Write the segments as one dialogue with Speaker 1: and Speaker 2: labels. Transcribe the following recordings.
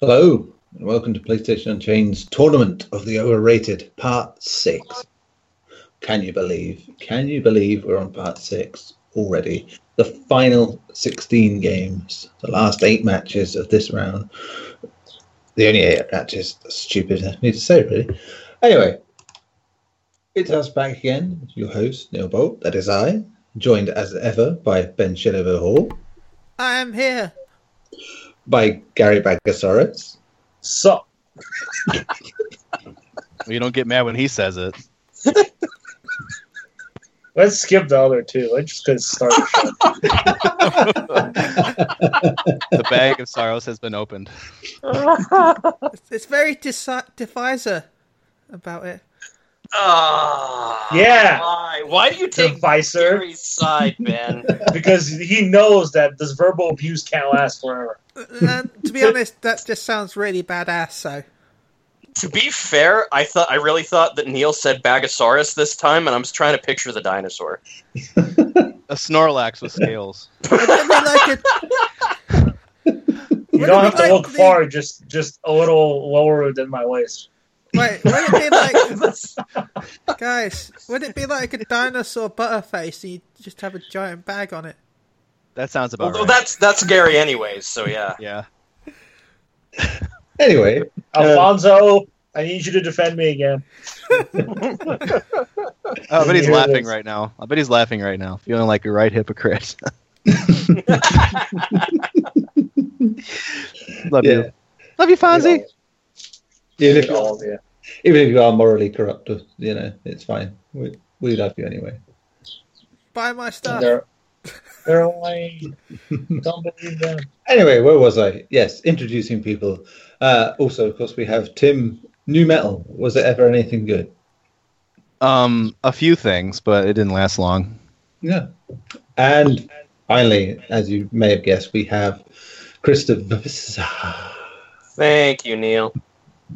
Speaker 1: Hello, and welcome to PlayStation Unchained's Tournament of the Overrated, Part 6. Can you believe? Can you believe we're on Part 6 already? The final 16 games, the last eight matches of this round. The only eight matches, stupid, I need to say, really. Anyway, it's us back again, your host, Neil Bolt, that is I, joined as ever by Ben Shilliver Hall,
Speaker 2: I am here.
Speaker 1: by Gary Bagasaurus.
Speaker 3: So
Speaker 4: Well, you don't get mad when he says it.
Speaker 3: let's skip the other two. I just could start. the show.
Speaker 4: The bag of sorrows has been opened.
Speaker 2: It's- It's very deci- divisor about it.
Speaker 5: Ah,
Speaker 3: Yeah.
Speaker 5: Why? Why do you take
Speaker 3: Divisor.
Speaker 5: Gary's side, man?
Speaker 3: because he knows that this verbal abuse can't last forever.
Speaker 2: And Uh, to be honest, that just sounds really badass. So
Speaker 5: to be fair, I thought I really thought that Neil said Bagasaurus this time, and I'm just trying to picture the dinosaur.
Speaker 4: A Snorlax with scales.
Speaker 2: wouldn't it be like a,
Speaker 3: You
Speaker 2: Wouldn't it
Speaker 3: don't have
Speaker 2: be
Speaker 3: to
Speaker 2: like
Speaker 3: look
Speaker 2: the-
Speaker 3: far, just just a little lower than my waist.
Speaker 2: wait, would it be like guys? Would it be like a dinosaur butterface? And you just have a giant bag on it.
Speaker 4: That sounds about
Speaker 5: Although
Speaker 4: right.
Speaker 5: that's that's Gary anyways, so yeah.
Speaker 4: yeah.
Speaker 1: Anyway,
Speaker 3: Alfonso, I need you to defend me again.
Speaker 4: Oh, I bet he's
Speaker 3: Here it
Speaker 4: laughing
Speaker 3: is.
Speaker 4: right now. I bet he's laughing right now, feeling like a right hypocrite. Love
Speaker 1: yeah.
Speaker 4: you. Love you, Fonzie.
Speaker 1: Even if,
Speaker 3: We
Speaker 1: you,
Speaker 3: all- we all, yeah.
Speaker 1: even if you are morally corrupt, you know, it's fine. We, we love you anyway.
Speaker 2: Buy my stuff.
Speaker 3: They're, they're only. Don't believe them.
Speaker 1: Anyway, where was I? Yes, introducing people. Uh, also, of course, we have Tim New Metal. Was it ever anything good?
Speaker 4: Um, a few things, but it didn't last long.
Speaker 1: Yeah. And finally, as you may have guessed, we have Christopher.
Speaker 5: Thank you, Neil.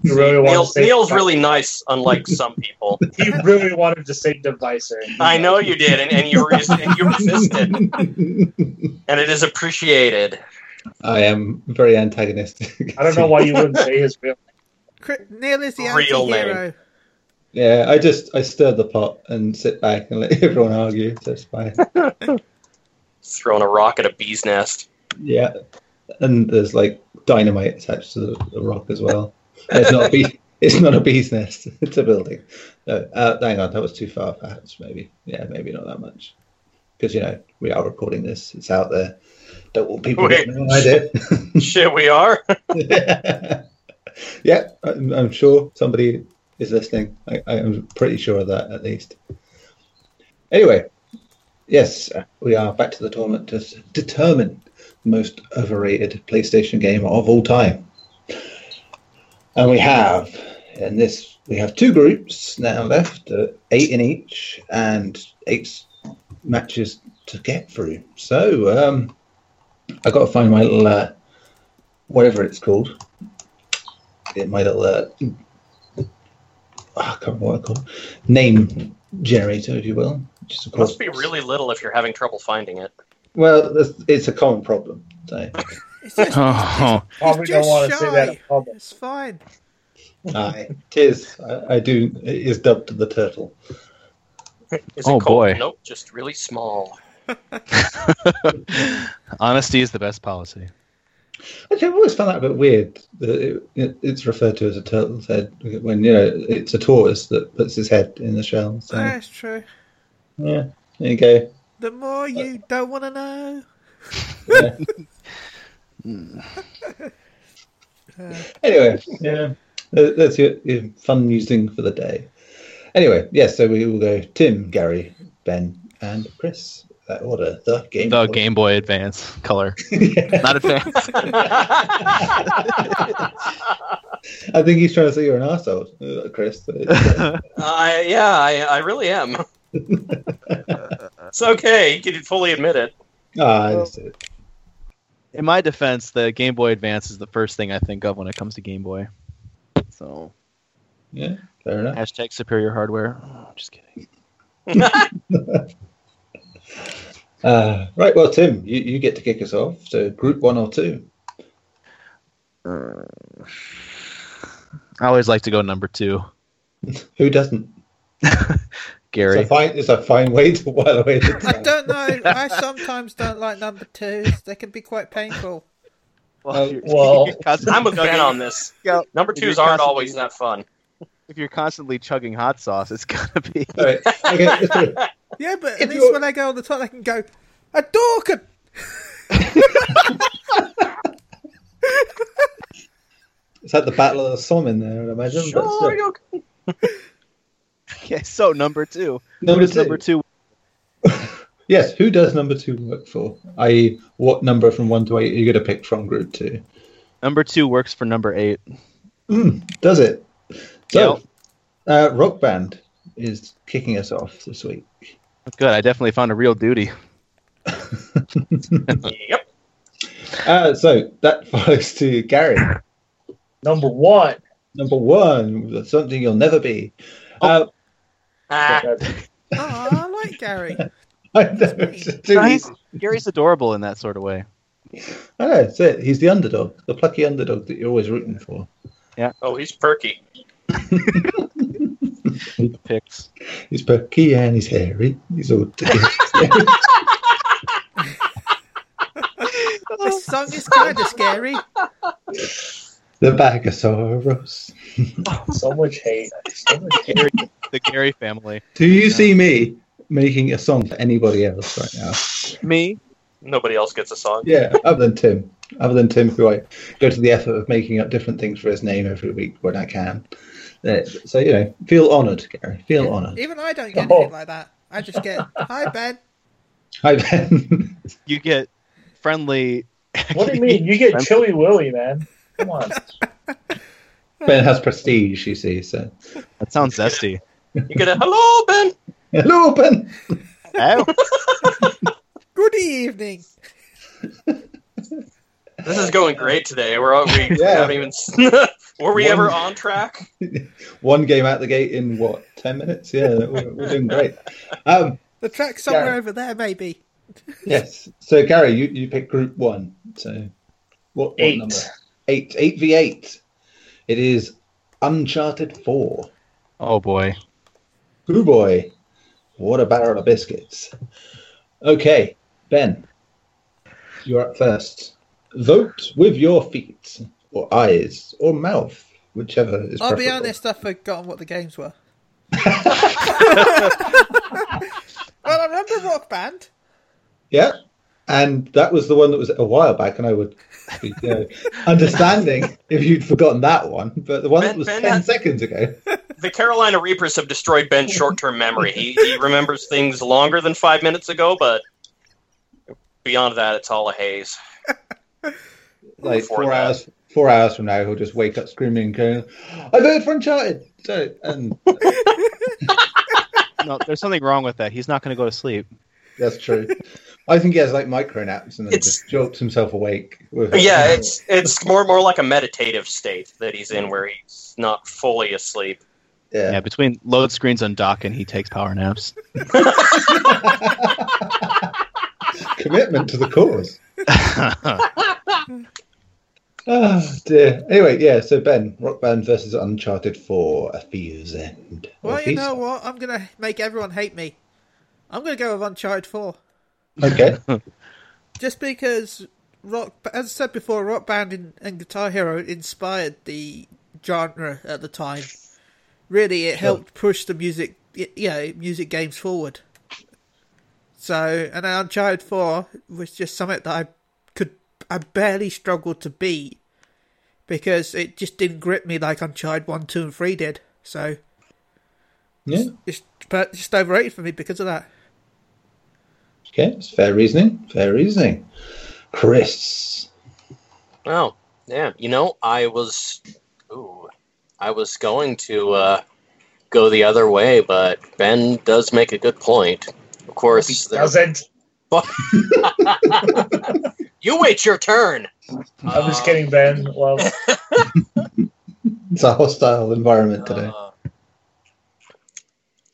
Speaker 3: You really wanted
Speaker 5: Neil
Speaker 3: to say-
Speaker 5: Neil's really nice, unlike some people.
Speaker 3: He really wanted to say divisor.
Speaker 5: I know you did, and, and you res- and you resisted, and it is appreciated.
Speaker 1: I am very antagonistic.
Speaker 3: I don't know why you wouldn't say his real.
Speaker 2: Cri- Neil is the
Speaker 5: Real
Speaker 2: anti-hero.
Speaker 1: Yeah, I just I stir the pot and sit back and let everyone argue. So it's fine.
Speaker 5: Throwing a rock at a bee's nest.
Speaker 1: Yeah, and there's like dynamite attached to the, the rock as well. It's not a bee. It's not a bee's nest. It's a building. No, uh, hang on, that was too far. Perhaps maybe. Yeah, maybe not that much. Because you know we are recording this. It's out there. Don't want people
Speaker 5: Wait.
Speaker 1: getting an idea.
Speaker 5: Shit, we are.
Speaker 1: yeah, I'm, I'm sure somebody is listening. I, I'm pretty sure of that, at least. Anyway, yes, uh, we are back to the tournament to s- determine the most overrated PlayStation game of all time. And we have, in this, we have two groups now left, uh, eight in each, and eight s- matches to get through. So, um, i got to find my little, uh, whatever it's called, it my little uh, I can't remember what I call it. name generator, if you will. Which is of course
Speaker 5: Must be really little if you're having trouble finding it.
Speaker 1: well. that's- It's a common problem. So
Speaker 2: It's just
Speaker 4: Oh,
Speaker 3: Probably don't
Speaker 2: just
Speaker 3: want to say that in
Speaker 2: shy.
Speaker 3: public.
Speaker 2: it's fine.
Speaker 1: aye, it is. I, I do. It is dubbed the turtle.
Speaker 5: Is it
Speaker 4: Oh,
Speaker 5: cold?
Speaker 4: boy.
Speaker 5: Nope, just really small.
Speaker 4: honesty is the best policy.
Speaker 1: Actually, I've always found that a bit weird. That it, it, it's referred to as a turtle's head when you know it's a tortoise that puts his head in the shell. So
Speaker 2: That's true.
Speaker 1: yeah, there you go.
Speaker 2: The more you don't want to know.
Speaker 1: anyway, yeah, that- that's your, your fun musing for the day. Anyway, yes, so we will go Tim, Gary, Ben, and Chris. That order, the game.
Speaker 4: The
Speaker 1: order.
Speaker 4: Game Boy Advance color. Not advance.
Speaker 1: I think he's trying to say you're an asshole, Chris.
Speaker 5: I yeah, I, I really am. it's okay. You can fully admit it.
Speaker 1: ah, that's it.
Speaker 4: In my defense, the Game Boy Advance is the first thing I think of when it comes to Game Boy. So
Speaker 1: Yeah, fair enough.
Speaker 4: Hashtag superior hardware. just kidding.
Speaker 1: Uh, right, well, Tim, you, you get to kick us off. So, group one or two.
Speaker 4: I always like to go number two,
Speaker 1: Who doesn't? It's
Speaker 4: Gary.
Speaker 1: a fine, it's a fine way to while away the
Speaker 2: I
Speaker 1: time.
Speaker 2: don't know. I sometimes don't like number twos. They can be quite painful.
Speaker 1: Well,
Speaker 4: you're-
Speaker 3: well,
Speaker 4: you're constantly
Speaker 6: I'm with Ben
Speaker 4: chugging-
Speaker 6: on this.
Speaker 4: Yeah.
Speaker 6: Number
Speaker 4: If you're
Speaker 6: twos aren't
Speaker 4: constantly-
Speaker 6: always that fun.
Speaker 4: If you're constantly chugging hot sauce, it's gonna be.
Speaker 1: All right. Okay, let's do it.
Speaker 2: Yeah, but at
Speaker 1: If
Speaker 2: least
Speaker 1: you're-
Speaker 2: when I go on the toilet, I can go, a door could.
Speaker 1: It's like the Battle of the Somme in there, I imagine. but still.
Speaker 4: Okay, so number two. Who
Speaker 1: Number
Speaker 4: does
Speaker 1: two.
Speaker 4: number two?
Speaker 1: Yes, who does number two work for? I.e., what number from one to eight are you going to pick from group two?
Speaker 4: Number two works for number eight.
Speaker 1: Mm, does it? So, uh, Rock Band is kicking us off this week.
Speaker 4: Good. I definitely found a real duty.
Speaker 6: Yep.
Speaker 1: Uh, so, that follows to Gary.
Speaker 3: Number one.
Speaker 1: Number one, something you'll never be. Uh,
Speaker 6: Ah,
Speaker 2: Oh, I like Gary.
Speaker 1: I know, it's just too
Speaker 4: Nice.
Speaker 1: easy.
Speaker 4: Gary's adorable in that sort of way.
Speaker 1: I know, that's it. He's the underdog, the plucky underdog that you're always rooting for.
Speaker 6: oh, he's perky.
Speaker 4: Picks.
Speaker 1: He's perky and he's hairy. He's all.
Speaker 2: This song is kind of scary.
Speaker 1: the bag of sorrows.
Speaker 3: So much hate. So much hate.
Speaker 4: The Gary family.
Speaker 1: Do you see me making a song for anybody else right now?
Speaker 4: Me.
Speaker 6: Nobody else gets a song.
Speaker 1: Yeah, other than Tim. Other than Tim, who I go to the effort of making up different things for his name every week when I can. Uh, So, you know, feel honoured, Gary. Feel honoured.
Speaker 2: Even I don't get
Speaker 3: Oh.
Speaker 2: anything like that. I just get, hi, Ben.
Speaker 1: Hi, Ben.
Speaker 4: You get friendly.
Speaker 3: What do you mean? You get Chilly Willy, man. Come on.
Speaker 1: ben has prestige, you see, so.
Speaker 4: That sounds zesty.
Speaker 6: You get a hello, Ben.
Speaker 1: Hello, Ben!
Speaker 4: Oh,
Speaker 2: Good evening.
Speaker 6: This is going great today. We're all, we
Speaker 1: Yeah.
Speaker 6: haven't even. Were we
Speaker 1: One-
Speaker 6: ever on track?
Speaker 1: One game out the gate in, what, 10 minutes? Yeah, we're, we're doing great. Um,
Speaker 2: The track's somewhere
Speaker 1: Gary.
Speaker 2: over there, maybe.
Speaker 1: yes, so, Gary, you, you pick group one. So, what, what
Speaker 3: Eight.
Speaker 1: number? Eight. Eight V8. It is Uncharted 4.
Speaker 4: oh boy.
Speaker 1: Ooh boy, what a barrel of biscuits. Okay, Ben, you're up first. Vote with your feet, or eyes, or mouth, whichever is
Speaker 2: I'll be
Speaker 1: preferable.
Speaker 2: honest, I've forgotten what the games were. well, I remember Rock Band.
Speaker 1: Yeah, and that was the one that was a while back, and I would be you know, understanding if you'd forgotten that one, but the one that
Speaker 6: Ben-
Speaker 1: was
Speaker 6: Ben
Speaker 1: 10
Speaker 6: has-
Speaker 1: seconds ago.
Speaker 6: The Carolina Reapers have destroyed Ben's short-term memory. He, he remembers things longer than five minutes ago, but beyond that, it's all a haze.
Speaker 1: Like
Speaker 6: Before
Speaker 1: four
Speaker 6: that.
Speaker 1: hours, four hours from now, he'll just wake up screaming and going, I voted for Uncharted! So, and
Speaker 4: No, there's something wrong with that. He's not going to go to sleep.
Speaker 1: That's true. I think he has like micro naps and then
Speaker 6: It's-
Speaker 1: just jolts himself awake. With
Speaker 6: Yeah, it's it's more more like a meditative state that he's in, where he's not fully asleep.
Speaker 1: yeah.
Speaker 4: Yeah, between load screens and dock, and he takes power naps.
Speaker 1: commitment to the cause.
Speaker 4: I
Speaker 1: Oh dear. Anyway, yeah. So Ben, Rock Band versus Uncharted Four, A Thieves End. Or
Speaker 2: Well, you
Speaker 1: Thieves-
Speaker 2: know what? I'm going to make everyone hate me. I'm going to go with Uncharted 4.
Speaker 1: Okay.
Speaker 2: Just because rock, as I said before, rock band and, and Guitar Hero inspired the genre at the time. Really, it helped push the music, y- you know, music games forward. So, and then Uncharted Four was just something that I could, I barely struggled to beat because it just didn't grip me like Uncharted One, Two, and Three did. So,
Speaker 1: Yeah.
Speaker 2: it's but just overrated for me because of that.
Speaker 1: Okay. That's fair reasoning. Fair reasoning. Chris.
Speaker 6: Oh, yeah. You know, I was, ooh, I was going to uh, go the other way, but Ben does make a good point. Of course, there-
Speaker 3: Doesn't.
Speaker 6: you wait your turn.
Speaker 3: I'm
Speaker 6: Uh,
Speaker 3: just kidding, Ben. Well,
Speaker 1: It's a hostile environment today.
Speaker 6: Uh,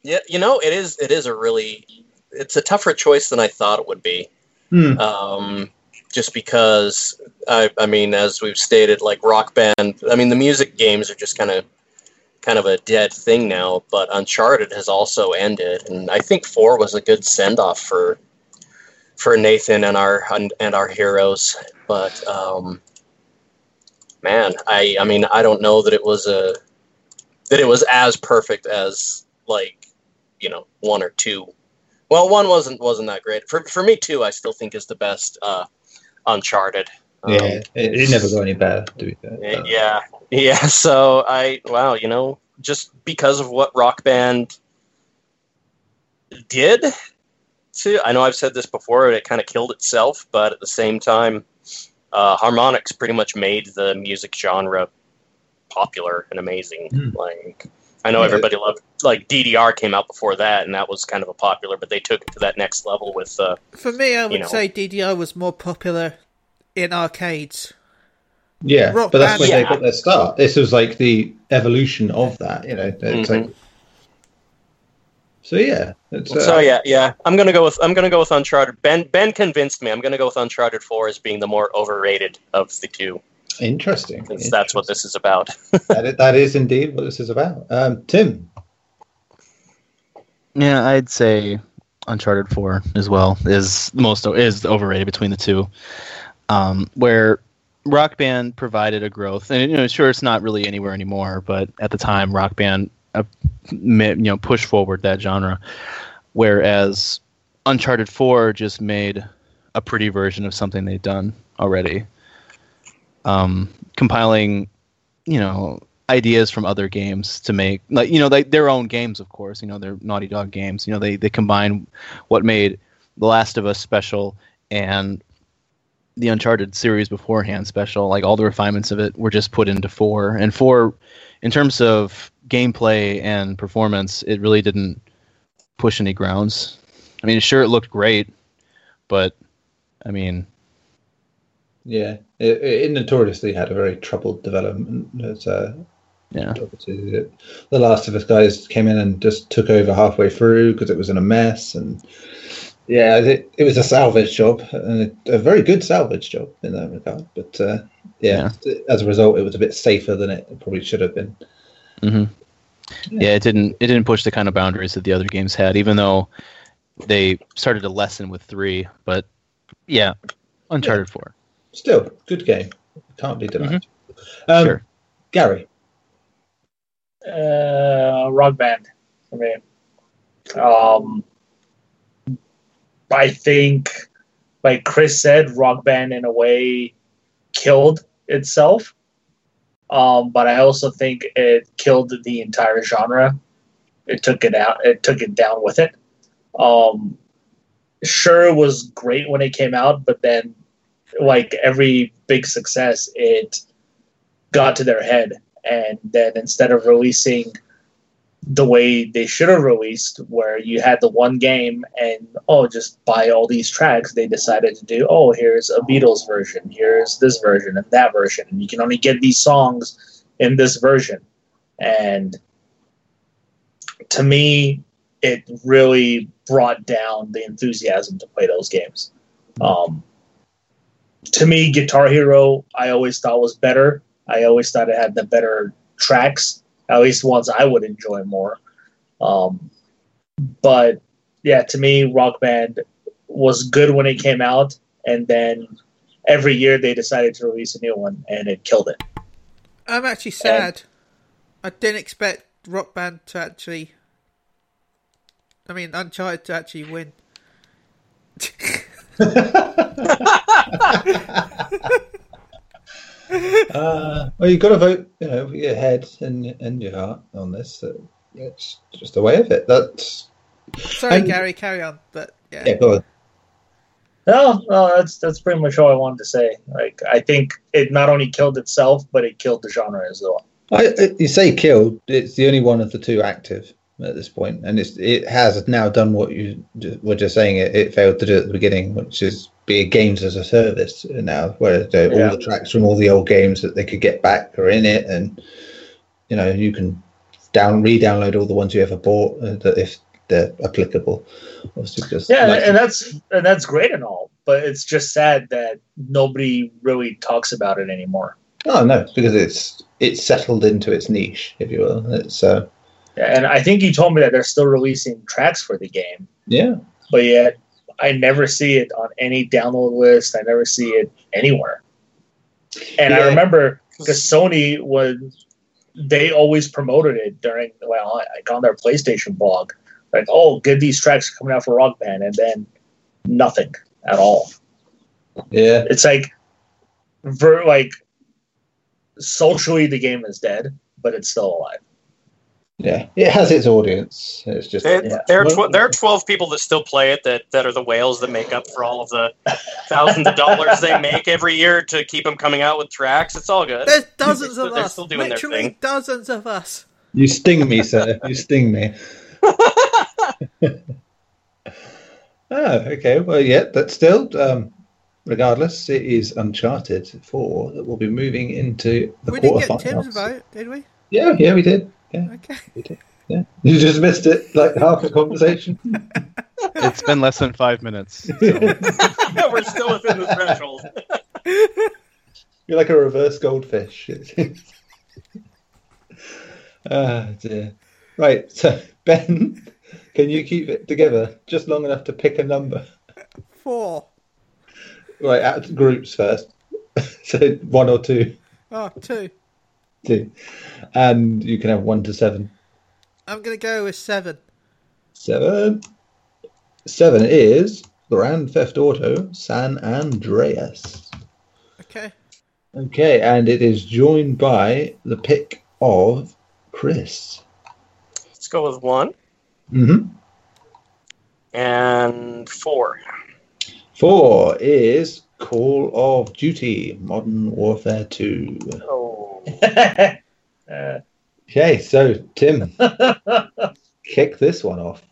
Speaker 6: yeah, you know, it is. It is a really, it's a tougher choice than I thought it would be.
Speaker 1: Hmm.
Speaker 6: Um, just because I, I mean, as we've stated, like Rock Band. I mean, the music games are just kind of kind of a dead thing now. But Uncharted has also ended, and I think four was a good send off for for Nathan and our and our heroes. But um, man, I I mean, I don't know that it was a that it was as perfect as like you know one or two well, one wasn't wasn't that great. For for me too, I still think is the best uh, Uncharted. Um,
Speaker 1: yeah, it, it never got any better. To be fair,
Speaker 6: eh, yeah,
Speaker 1: uh,
Speaker 6: yeah. So I wow, you know, just because of what Rock Band did to, I know I've said this before, it kind of killed itself, but at the same time, uh, harmonics pretty much made the music genre popular and amazing.
Speaker 1: Hmm.
Speaker 6: Like I know
Speaker 1: Yeah.
Speaker 6: everybody loved like DDR came out before that, and that was kind of a popular, but they took it to that next level with uh,
Speaker 2: For me, I would
Speaker 6: know.
Speaker 2: say DDR was more popular in arcades.
Speaker 1: yeah.
Speaker 2: Rock
Speaker 1: but that's
Speaker 2: Band-
Speaker 1: where they
Speaker 6: Yeah.
Speaker 1: got their start. This was like the evolution of that. You know, it's
Speaker 6: Mm-hmm.
Speaker 1: like. So yeah, it's, uh,
Speaker 6: So yeah, yeah, I'm gonna go with I'm gonna go with Uncharted. Ben Ben convinced me. I'm gonna go with Uncharted Four as being the more overrated of the two,
Speaker 1: interesting.
Speaker 6: since that's what this is about.
Speaker 1: that is, that is indeed what this is about. Um, Tim,
Speaker 4: Yeah, I'd say Uncharted Four as well is the most is overrated between the two. Um, where Rock Band provided a growth, and you know, sure, it's not really anywhere anymore, but at the time, Rock Band uh, ma- you know pushed forward that genre, whereas Uncharted Four just made a pretty version of something they'd done already, um, compiling, you know, ideas from other games to make like you know they, their own games of course you know their naughty dog games you know they, they combine what made the last of us special and the uncharted series beforehand special like all the refinements of it were just put into four and four in terms of gameplay and performance it really didn't push any grounds i mean sure it looked great but i mean
Speaker 1: yeah, it, it notoriously had a very troubled development. It's, uh,
Speaker 4: yeah
Speaker 1: obviously the- the Last of Us guys came in and just took over halfway through because it was in a mess, and yeah, it, it was a salvage job and a, a very good salvage job in that regard. But uh, yeah, as a result, it was a bit safer than it probably should have been.
Speaker 4: Mm-hmm. yeah it didn't it didn't push the kind of boundaries that the other games had even though they started to lessen with three but yeah uncharted four
Speaker 1: Still, good game, can't be denied. Um,
Speaker 4: Mm-hmm. sure
Speaker 1: Gary,
Speaker 3: Uh, rock band for me. Um, I think, like Chris said, rock band in a way killed itself. Um, but I also think it killed the entire genre. It took it out. It took it down with it. Um, sure, it was great when it came out, but then, like every big success, it got to their head and then instead of releasing the way they should have released where you had the one game and oh just buy all these tracks they decided to do oh here's a beatles version here's this version and that version and you can only get these songs in this version and to me it really brought down the enthusiasm to play those games um, to me guitar hero i always thought was better I always thought it had the better tracks, at least ones I would enjoy more. Um, but yeah, to me, Rock Band was good when it came out, and then every year they decided to release a new one, and it killed it.
Speaker 2: I'm actually sad. I didn't expect Rock Band to actually. I mean, Uncharted to actually win.
Speaker 1: uh, well, you've got to vote, you know, with your head and and your heart on this. So it's just the way of it. That's
Speaker 2: Sorry,
Speaker 1: I'm-
Speaker 2: Gary, carry on. But yeah,
Speaker 1: yeah, go on.
Speaker 3: No, no, that's that's pretty much all I wanted to say. Like, I think it not only killed itself, but it killed the genre as well.
Speaker 1: I, I- you say killed. It's the only one of the two active at this point, and it's it has now done what you ju- were just saying. It, it failed to do at the beginning, which is be a games as a service now, where the,
Speaker 3: Yeah.
Speaker 1: all the tracks from all the old games that they could get back are in it, and you know you can down re-download all the ones you ever bought. Uh, that if they're applicable. Obviously, because
Speaker 3: Yeah,
Speaker 1: like-
Speaker 3: and that's and that's great and all, but it's just sad that nobody really talks about it anymore.
Speaker 1: oh no, because it's it's settled into its niche, if you will. It's uh,
Speaker 3: And I think you told me that they're still releasing tracks for the game,
Speaker 1: yeah,
Speaker 3: but yet I never see it on any download list. I never see it anywhere. And
Speaker 1: Yeah.
Speaker 3: I remember because Sony was they always promoted it during well like on their PlayStation blog, like oh get these tracks coming out for Rock Band, and then nothing at all.
Speaker 1: yeah.
Speaker 3: It's like ver like socially the game is dead, but it's still alive.
Speaker 1: Yeah, it has its audience. It's just
Speaker 6: There,
Speaker 3: Yeah.
Speaker 6: there, are
Speaker 1: Well-
Speaker 6: tw- there are 12 people that still play it that, that are the whales that make up for all of the thousands of dollars they make every year to keep them coming out with tracks. It's all good.
Speaker 2: There's dozens of
Speaker 6: They're
Speaker 2: us.
Speaker 6: still doing their
Speaker 2: literally
Speaker 6: thing.
Speaker 2: dozens of us.
Speaker 1: you sting me, sir. You sting me. oh, okay. Well, yeah, but still, um, regardless, it is Uncharted Four that will be moving into the
Speaker 2: we didn't get Tim's
Speaker 1: quarterfinals.
Speaker 2: vote, did we?
Speaker 1: yeah, yeah, we did.
Speaker 2: Okay.
Speaker 1: Yeah, you just missed it, like half the conversation.
Speaker 4: It's been less than five minutes.
Speaker 6: We're still within the threshold.
Speaker 1: You're like a reverse goldfish. Ah dear. Right, so Ben, can you keep it together just long enough to pick a number?
Speaker 2: Four.
Speaker 1: Right, out of groups first. so one or two,
Speaker 2: Oh, two.
Speaker 1: two, and you can have one to seven.
Speaker 2: I'm going to go with seven.
Speaker 1: Seven. Seven is Grand Theft Auto San Andreas.
Speaker 2: Okay.
Speaker 1: Okay, and it is joined by the pick of Chris.
Speaker 6: Let's go with one
Speaker 1: hmm
Speaker 6: and four.
Speaker 1: Four is Call of Duty Modern Warfare 2.
Speaker 6: Oh.
Speaker 3: Uh,
Speaker 1: Okay, so Tim, kick this one off.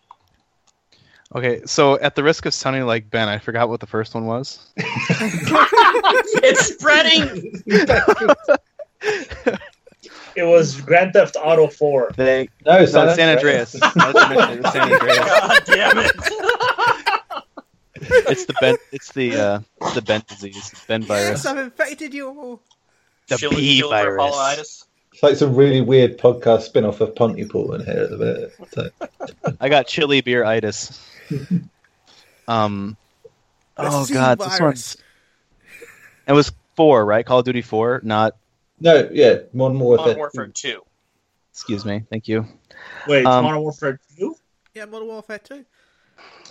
Speaker 4: Okay, so at the risk of sounding like Ben, I forgot what the first one was.
Speaker 6: it's spreading.
Speaker 3: it was Grand Theft Auto Four.
Speaker 4: Thank
Speaker 1: No,
Speaker 4: San, Andreas. That's San Andreas.
Speaker 6: God damn it.
Speaker 4: It's the Ben. It's the uh, the Ben disease, Ben virus,
Speaker 2: Yes, I've infected you all.
Speaker 4: the
Speaker 6: Shield-
Speaker 4: B
Speaker 6: shield
Speaker 4: virus.
Speaker 6: for Apolloitis.
Speaker 1: It's like some really weird podcast spin off of Pontypool in here at the minute. So,
Speaker 4: I got chili beer itis. Um.
Speaker 2: The
Speaker 4: Oh
Speaker 2: C
Speaker 4: God,
Speaker 2: virus.
Speaker 4: this one's. It was four, right? Call of Duty four, not.
Speaker 1: no, yeah, Modern Warfare.
Speaker 6: Modern Warfare 2.
Speaker 4: Excuse me. Thank you.
Speaker 3: Wait,
Speaker 4: Um,
Speaker 3: Modern Warfare Two?
Speaker 2: Yeah, Modern Warfare 2.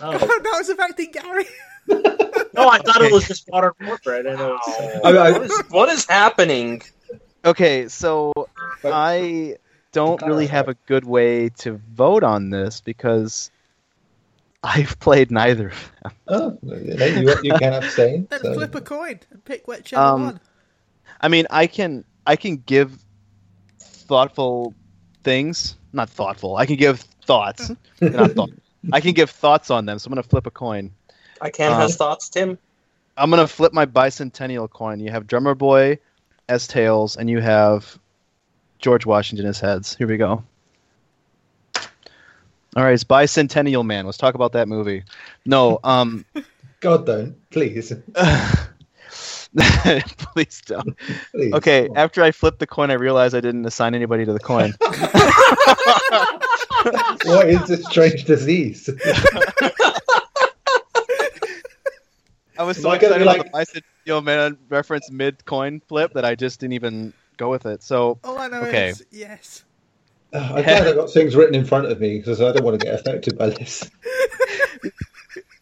Speaker 2: Oh,
Speaker 3: Oh.
Speaker 2: that was affecting Gary.
Speaker 3: No, I thought it was just Modern Warfare. I didn't know. It was...
Speaker 1: I mean, I-
Speaker 6: What is, what is happening?
Speaker 4: Okay, so
Speaker 1: But-
Speaker 4: I don't
Speaker 1: Guitar
Speaker 4: really
Speaker 1: Hero.
Speaker 4: have a good way to vote on this because I've played neither. of them.
Speaker 1: Oh, no, you, you can abstain.
Speaker 2: Then
Speaker 1: so-
Speaker 2: flip a coin and pick whichever
Speaker 4: Um,
Speaker 2: one.
Speaker 4: I mean, I can I can give thoughtful things, not thoughtful. I can give thoughts, They're not thought. I can give thoughts on them. So I'm gonna flip a coin.
Speaker 6: I can't
Speaker 4: Um,
Speaker 6: have thoughts, Tim.
Speaker 4: I'm gonna flip my bicentennial coin. You have Drummer Boy as tails, and you have George Washington as heads. Here we go. All right, it's Bicentennial Man. Let's talk about that movie. No, um,
Speaker 1: God, don't. Please.
Speaker 4: please don't.
Speaker 1: please.
Speaker 4: Okay, after I flipped the coin, I realized I didn't assign anybody to the coin.
Speaker 1: What is this strange disease? Uh,
Speaker 4: I was
Speaker 1: Am
Speaker 4: so
Speaker 1: I gonna
Speaker 4: excited
Speaker 1: be
Speaker 4: about
Speaker 1: like-
Speaker 4: the Bicentennial Man reference mid coin flip that I just didn't even go with it. So
Speaker 2: All Oh, I know
Speaker 4: okay.
Speaker 2: is yes.
Speaker 1: Oh, I'm glad I've got things written in front of me because I don't want to get affected by this.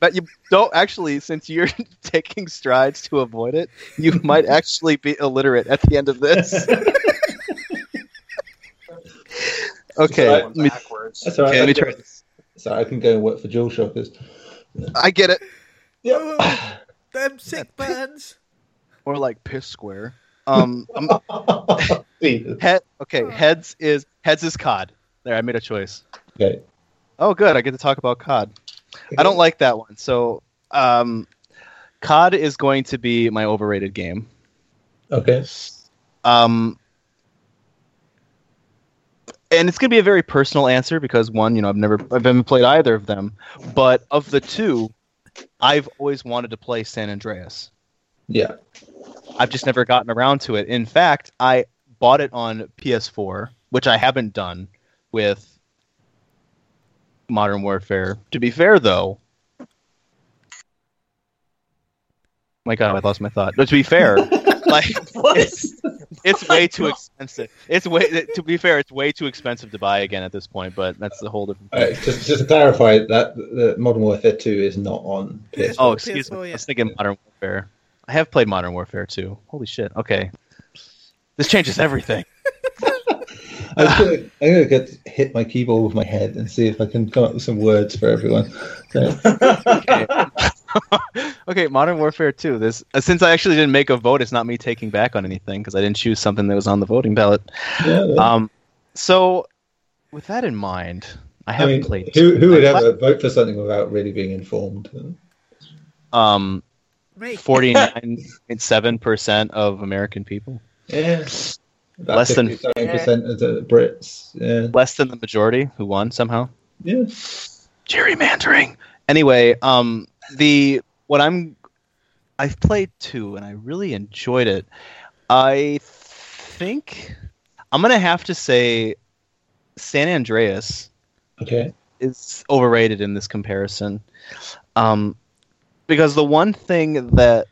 Speaker 4: But you don't actually, since you're taking strides to avoid it, you might actually be illiterate at the end of this. okay,
Speaker 1: Right.
Speaker 4: let me-
Speaker 6: backwards.
Speaker 1: That's all right.
Speaker 4: okay, let me
Speaker 1: that's
Speaker 4: try
Speaker 1: good.
Speaker 4: this.
Speaker 1: So I can go and work for Jewel Shockers.
Speaker 4: I get it.
Speaker 2: Oh, them sick burns.
Speaker 4: Or like piss square. Um, um,
Speaker 1: Jesus.
Speaker 4: head. Okay, heads is heads is cod. There, I made a choice.
Speaker 1: Okay.
Speaker 4: Oh, good. I get to talk about cod. I don't like that one. So, um, cod is going to be my overrated game.
Speaker 1: Okay.
Speaker 4: Um, and it's going to be a very personal answer because one, you know, I've never, I've haven't played either of them, but of the two, I've always wanted to play San Andreas.
Speaker 1: Yeah.
Speaker 4: I've just never gotten around to it. In fact, I bought it on PS4, which I haven't done with Modern Warfare. To be fair, though, my God, I lost my thought. But to be fair, like it's, it's way too expensive. It's way to be fair, it's way too expensive to buy again at this point. But that's the whole different.
Speaker 1: All right, just, just to clarify that the Modern Warfare 2 is not on PS4.
Speaker 4: Oh, excuse
Speaker 2: PS4,
Speaker 4: me. I was
Speaker 2: yeah.
Speaker 4: thinking Modern Warfare. I have played Modern Warfare too. Holy shit. Okay. This changes everything.
Speaker 1: I'm gonna, I'm gonna get, hit my keyboard with my head and see if I can come up with some words for everyone. So,
Speaker 4: okay, Modern Warfare 2. This uh, since I actually didn't make a vote, it's not me taking back on anything because I didn't choose something that was on the voting ballot.
Speaker 1: yeah,
Speaker 4: Um, so with that in mind, I
Speaker 1: I
Speaker 4: haven't
Speaker 1: mean,
Speaker 4: played.
Speaker 1: who, who would
Speaker 4: I've
Speaker 1: ever vote for something without really being informed?
Speaker 4: Um,
Speaker 2: Me.
Speaker 4: forty-nine point seven percent of American people,
Speaker 1: Yeah. About
Speaker 4: Less than-
Speaker 1: 57% of the Brits. Yeah.
Speaker 4: less than the majority who won somehow.
Speaker 1: yeah.
Speaker 4: gerrymandering. Anyway, um, the what I'm I've played two and I really enjoyed it. I think I'm gonna have to say San Andreas
Speaker 1: Okay.
Speaker 4: is overrated in this comparison, um, because the one thing that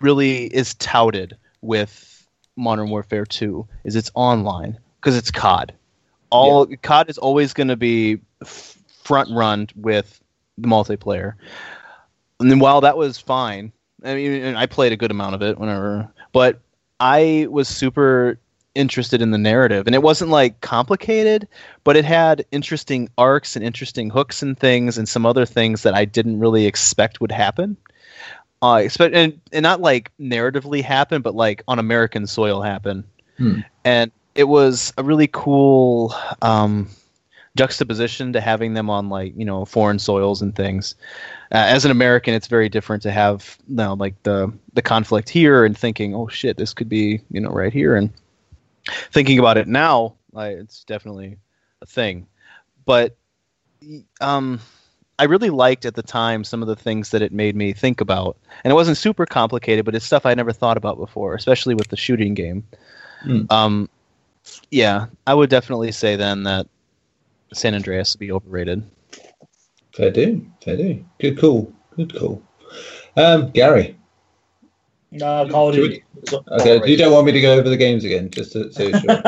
Speaker 4: really is touted with Modern Warfare Two is it's online because it's COD. All COD is always going to be f- front run with the multiplayer, and then while that was fine, I mean, and I played a good amount of it whenever, but I was super interested in the narrative, and it wasn't like complicated but it had interesting arcs and interesting hooks and things and some other things that I didn't really expect would happen. Uh, expect and, and not like narratively happen, but like on American soil happen.
Speaker 1: Hmm.
Speaker 4: And it was a really cool um, juxtaposition to having them on like you know foreign soils and things. Uh, as an American, it's very different to have you know, like the the conflict here and thinking, oh shit, this could be you know right here and thinking about it now. I, it's definitely a thing. But um, I really liked at the time some of the things that it made me think about, and it wasn't super complicated, but it's stuff I never thought about before, especially with the shooting game.
Speaker 1: Hmm.
Speaker 4: Um, yeah, I would definitely say then that San Andreas would be overrated.
Speaker 1: Fair do. Fair do. Good call. Good call. Um, Gary.
Speaker 3: No, Call of
Speaker 1: Should
Speaker 3: Duty.
Speaker 1: Okay. You don't want me to go over the games again, just to, so you're sure.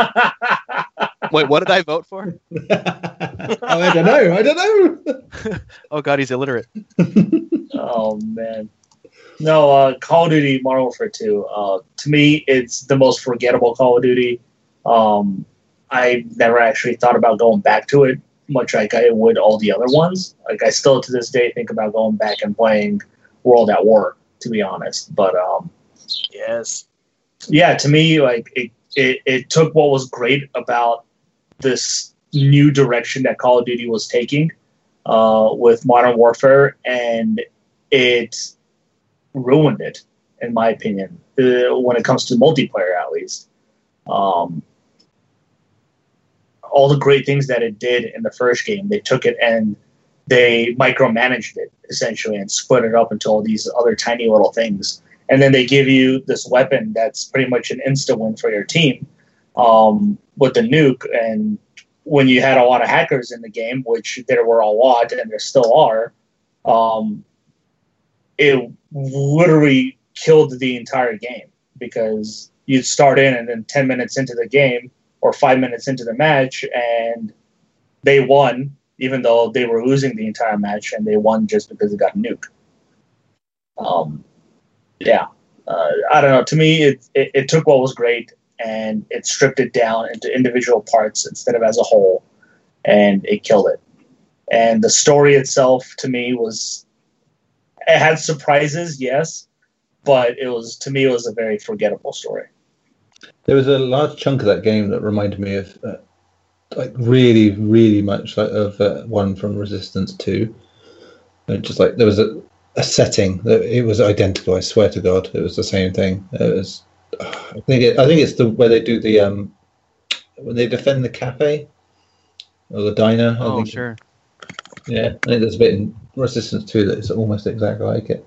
Speaker 4: Wait, what did I vote for?
Speaker 1: Oh, I don't know. I don't know.
Speaker 4: Oh God, he's illiterate.
Speaker 3: oh man. No, uh, Call of Duty Modern Warfare 2. Uh, to me, it's the most forgettable Call of Duty. Um, I never actually thought about going back to it, much like I would all the other ones. Like I still to this day think about going back and playing World at War, to be honest. But um,
Speaker 6: Yes.
Speaker 3: yeah, to me, like it, it, it took what was great about this new direction that Call of Duty was taking uh, with Modern Warfare, and it ruined it, in my opinion, uh, when it comes to multiplayer, at least. Um, all the great things that it did in the first game, they took it and they micromanaged it essentially and split it up into all these other tiny little things and then they give you this weapon that's pretty much an insta win for your team um, with the nuke. And when you had a lot of hackers in the game, which there were a lot and there still are, um, it literally killed the entire game because you'd start in and then 10 minutes into the game or five minutes into the match, and they won, even though they were losing the entire match, and they won just because it got nuked. Um, yeah, uh, I don't know. To me, it, it it took what was great and it stripped it down into individual parts instead of as a whole, and it killed it. And the story itself, to me, was it had surprises, yes, but it was to me it was a very forgettable story.
Speaker 1: There was a large chunk of that game that reminded me of, uh, like, really, really much like of uh, one from Resistance Two. And just like there was a, a setting that it was identical. I swear to God, it was the same thing. It was. I think it, I think it's the where they do the um when they defend the cafe. or the diner. I
Speaker 4: Oh,
Speaker 1: think.
Speaker 4: sure.
Speaker 1: Yeah, I think there's a bit in Resistance too that is almost exactly like it.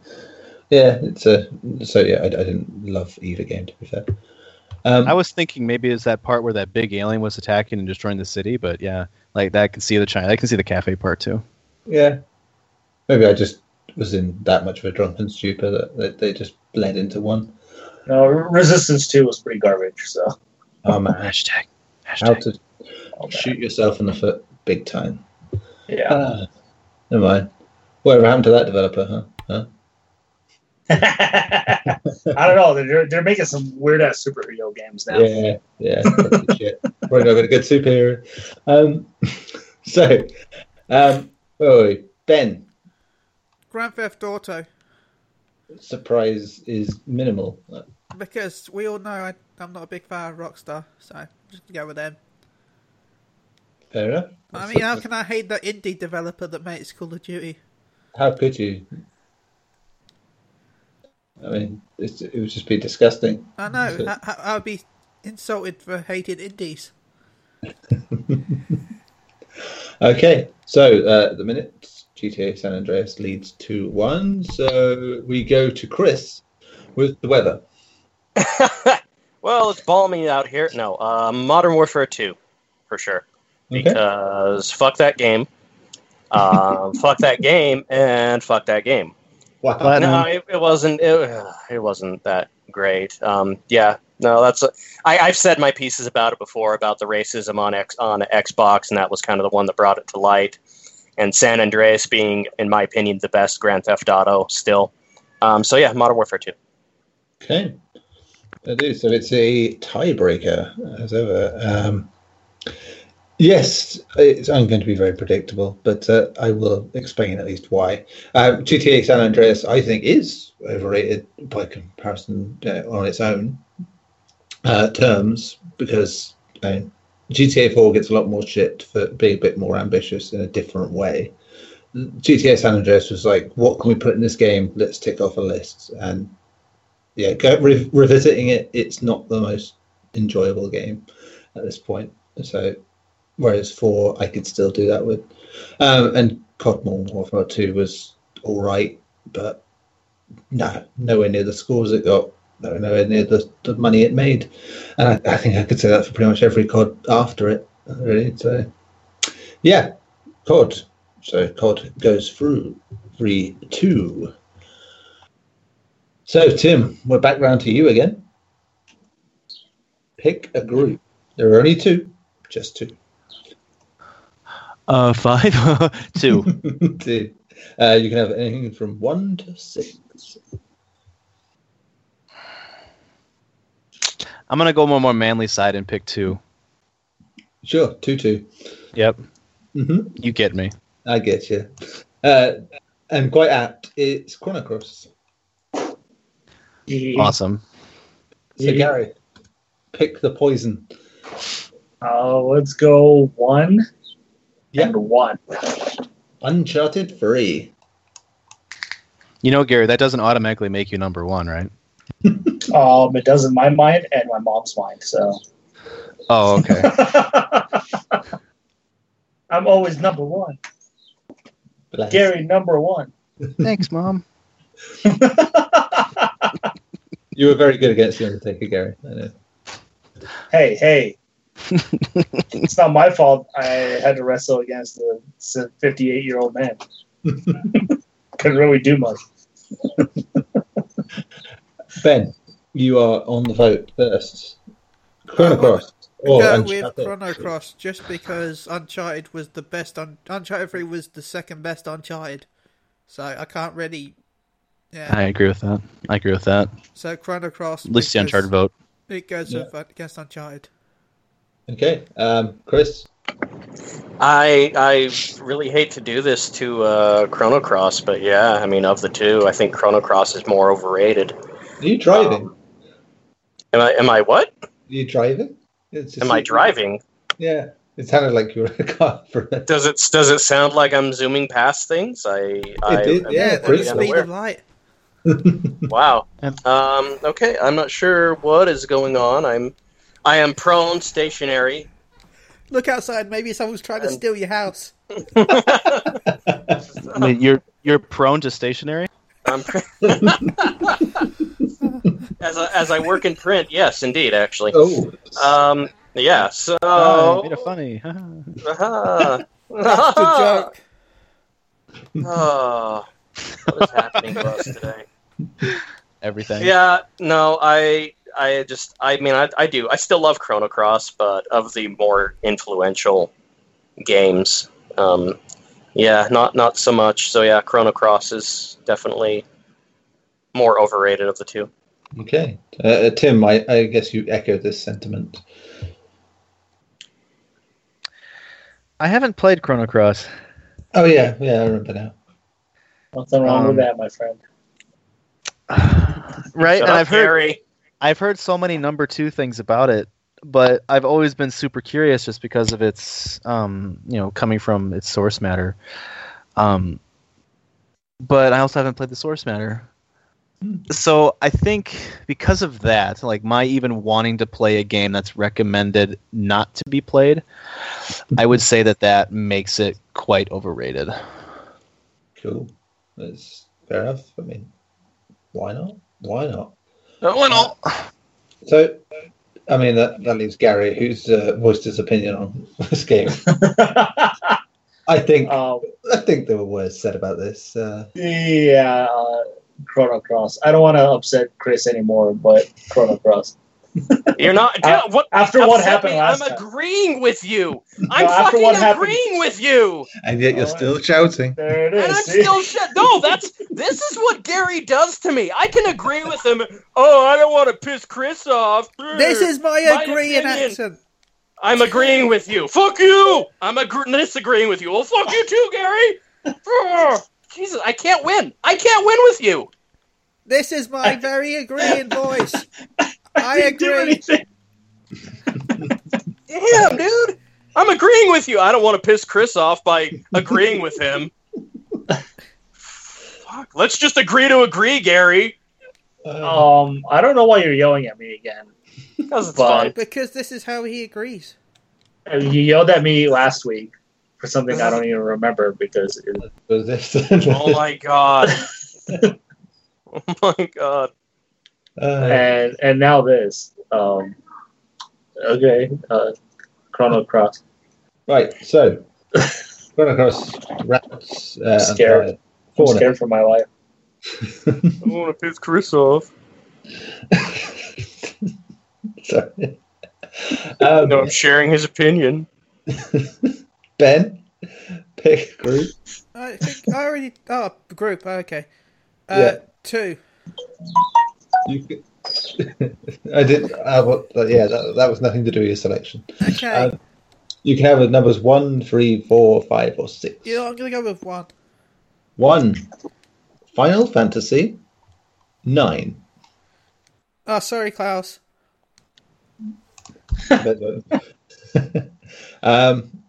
Speaker 1: Yeah, it's a so yeah. I, I didn't love either game to be fair. Um,
Speaker 4: I was thinking maybe it's that part where that big alien was attacking and destroying the city, but yeah, like that I can see the China. I can see the cafe part too.
Speaker 1: Yeah. Maybe I just was in that much of a drunken stupor that, that they just bled into one.
Speaker 3: No, Resistance Two was pretty garbage. So
Speaker 1: Oh man,
Speaker 4: Hashtag.
Speaker 1: how
Speaker 4: Hashtag.
Speaker 1: to shoot yourself in the foot big time.
Speaker 3: oh, yeah,
Speaker 1: Ah, never mind. Whatever happened to that developer, huh? Huh?
Speaker 3: I don't know. They're they're making some weird ass superhero games now.
Speaker 1: Yeah, yeah. that's the shit. Probably not got a good superhero. Um, so, um, where were we? Ben,
Speaker 2: Grand Theft Auto,
Speaker 1: surprise is minimal. Uh,
Speaker 2: because we all know I, I'm not a big fan of Rockstar, so just go with them.
Speaker 1: Fair enough.
Speaker 2: I mean, how can I hate that indie developer that makes Call of Duty?
Speaker 1: How could you? I mean, it's, it would just be disgusting.
Speaker 2: I know.
Speaker 1: So-
Speaker 2: I, I, I'd be insulted for hating indies.
Speaker 1: Okay, so uh, at the minute GTA San Andreas leads two one. So we go to Chris with the weather.
Speaker 6: well, it's balmy out here. No, uh, Modern Warfare 2, for sure.
Speaker 1: Okay.
Speaker 6: Because fuck that game. Um, fuck that game, and fuck that game.
Speaker 1: Wow.
Speaker 6: No, it, it wasn't. It, it wasn't that great. Um, yeah, no, that's. A, I, I've said my pieces about it before about the racism on X on Xbox, and that was kind of the one that brought it to light. And San Andreas being, in my opinion, the best Grand Theft Auto still. Um, so yeah, Modern Warfare Two.
Speaker 1: Okay. That is so. It's a tiebreaker as ever. Um, yes, it's, I'm going to be very predictable, but uh, I will explain at least why. Um, GTA San Andreas, I think, is overrated by comparison uh, on its own uh, terms because uh, GTA 4 gets a lot more shit for being a bit more ambitious in a different way. GTA San Andreas was like, what can we put in this game? Let's tick off a list. And yeah, go, re- revisiting it, it's not the most enjoyable game at this point. So, whereas 4, I could still do that with. Um, and COD Modern Warfare 2 was all right, but no, nowhere near the scores it got, no, nowhere near the, the money it made. And I, I think I could say that for pretty much every COD after it, really. So, yeah, COD. So, COD goes through 3 2. So, Tim, we're back round to you again. Pick a group. There are only two, just two.
Speaker 4: Uh, five, two.
Speaker 1: two. Uh, you can have anything from one to six.
Speaker 4: I'm gonna go more more manly side and pick two.
Speaker 1: Sure, two, two.
Speaker 4: Yep,
Speaker 1: Mm-hmm.
Speaker 4: you get me.
Speaker 1: I get you. Uh, and quite apt, it's Chronocross.
Speaker 4: Awesome.
Speaker 1: So,
Speaker 3: Yeah.
Speaker 1: Gary, pick the poison.
Speaker 3: Uh, let's go one
Speaker 1: Yeah.
Speaker 3: and one.
Speaker 1: Uncharted 3.
Speaker 4: You know, Gary, that doesn't automatically make you number one, right?
Speaker 3: Um, it does in my mind and my mom's mind. So
Speaker 4: Oh, okay.
Speaker 3: I'm always number one.
Speaker 1: Bless.
Speaker 3: Gary, number one.
Speaker 4: Thanks, mom.
Speaker 1: You were very good against the Undertaker, Gary. I know.
Speaker 3: Hey, hey. it's not my fault. I had to wrestle against the 58 year old man. Couldn't really do much.
Speaker 1: Ben, you are on the vote first. Chronocross. or
Speaker 2: go with
Speaker 1: Uncharted.
Speaker 2: Chrono Cross just because Uncharted was the best. Un- Uncharted Three was the second best Uncharted, so I can't really. Yeah.
Speaker 4: I agree with that. I agree with that.
Speaker 2: So Chrono Cross.
Speaker 4: At least the
Speaker 2: because
Speaker 4: Uncharted vote.
Speaker 2: It goes
Speaker 1: Yeah.
Speaker 2: with, against Uncharted.
Speaker 1: Okay, um, Chris.
Speaker 6: I I really hate to do this to uh, Chrono Cross, but yeah, I mean, of the two, I think Chrono Cross is more overrated.
Speaker 1: Are you driving?
Speaker 6: Um, am I? Am I what?
Speaker 1: are you driving? It's just-
Speaker 6: Am I driving?
Speaker 1: Yeah, it sounded like you were in a car for a
Speaker 6: Does it does it sound like I'm zooming past things? I I
Speaker 1: did,
Speaker 6: I'm
Speaker 1: Yeah,
Speaker 2: Yeah,
Speaker 1: pretty
Speaker 2: the
Speaker 6: really
Speaker 1: good.
Speaker 2: speed
Speaker 6: unaware.
Speaker 2: of light.
Speaker 6: Wow.
Speaker 4: Yeah.
Speaker 6: Um, okay, I'm not sure what is going on. I'm I am prone stationary
Speaker 2: Look outside. Maybe someone's trying to steal your house.
Speaker 4: I mean, you're you're prone to stationery.
Speaker 6: I'm pre- as, I, as I work in print, yes, indeed, actually.
Speaker 1: Oh,
Speaker 6: Um, yeah, so.
Speaker 4: Oh, made it funny.
Speaker 6: Uh-huh.
Speaker 2: That's the joke.
Speaker 6: Oh, what is happening to us today?
Speaker 4: Everything.
Speaker 6: Yeah, no, I, I just, I mean, I, I do, I still love Chrono Cross, but of the more influential games, um, yeah, not not so much. So yeah, Chrono Cross is definitely more overrated of the two.
Speaker 1: okay. Uh, Tim, I, I guess you echo this sentiment.
Speaker 4: I haven't played Chrono Cross.
Speaker 1: Oh yeah, yeah, I remember now.
Speaker 3: Nothing wrong
Speaker 4: Um,
Speaker 3: with that, my friend.
Speaker 4: right, and
Speaker 6: Shut up,
Speaker 4: I've heard
Speaker 6: Gary.
Speaker 4: I've heard so many number two things about it, but I've always been super curious just because of its, um, you know, coming from its source matter. Um, but I also haven't played the source matter, so I think because of that, like my even wanting to play a game that's recommended not to be played, I would say that that makes it quite overrated.
Speaker 1: Cool. That's fair enough. I mean, why not? Why not?
Speaker 6: Oh, and all.
Speaker 1: So, I mean, that, that leaves Gary, who's uh, voiced his opinion on this game. I think
Speaker 3: um,
Speaker 1: I think there were words said about this. Uh,
Speaker 3: yeah, uh, Chrono Cross. I don't want to upset Chris anymore, but Chrono Cross.
Speaker 6: You're not.
Speaker 3: Uh,
Speaker 6: what
Speaker 3: After what
Speaker 6: upset
Speaker 3: happened
Speaker 6: me,
Speaker 3: last
Speaker 6: I'm
Speaker 3: time,
Speaker 6: agreeing with you. I'm
Speaker 3: after
Speaker 6: fucking
Speaker 3: what
Speaker 6: agreeing
Speaker 3: happened-
Speaker 6: with you.
Speaker 1: and yet
Speaker 3: you're still
Speaker 1: shouting.
Speaker 3: there it
Speaker 6: And I'm
Speaker 3: is. see?
Speaker 6: still shit. No, that's this is what Gary does to me. I can agree with him. Oh, I don't want to piss Chris off.
Speaker 2: This is my
Speaker 6: Ah, My
Speaker 2: agreeing
Speaker 6: opinion.
Speaker 2: accent.
Speaker 6: I'm agreeing with you. Fuck you. I'm agree- disagreeing with you. Well, fuck you too, Gary. Ugh. Jesus, I can't win. I can't win with you.
Speaker 2: This is my very agreeing voice. I
Speaker 3: Didn't do
Speaker 2: agree.
Speaker 3: anything.
Speaker 6: Damn, dude. I'm agreeing with you. I don't want to piss Chris off by agreeing with him. fuck. Let's just agree to agree, Gary.
Speaker 3: Um, I don't know why you're yelling at me again.
Speaker 6: Because it's
Speaker 3: But-
Speaker 6: fun.
Speaker 2: Because this is how he agrees.
Speaker 3: Uh, You yelled at me last week for something I don't even remember because it,
Speaker 1: was this?
Speaker 6: Oh my god. oh my god.
Speaker 1: Uh,
Speaker 3: and and now this. Um, okay, uh, Chrono Cross.
Speaker 1: right. So, run across rats. Uh, and
Speaker 3: Scared.
Speaker 1: fire.
Speaker 3: I'm
Speaker 1: Fauna.
Speaker 3: scared for my life.
Speaker 6: I don't want to piss Chris off.
Speaker 1: Sorry. Um,
Speaker 6: No, I'm sharing his opinion.
Speaker 1: Ben, pick a group.
Speaker 2: I think I already. Oh, group. Okay. Uh,
Speaker 1: Yeah.
Speaker 2: Two.
Speaker 1: You could- I didn't. Uh, what, but yeah, that, that was nothing to do with your selection.
Speaker 2: Okay.
Speaker 1: Um, You can have the numbers one, three, four, five, or six.
Speaker 2: you know, I'm going to go with one.
Speaker 1: One, Final Fantasy, nine.
Speaker 2: Oh, sorry, Klaus.
Speaker 1: uh, um,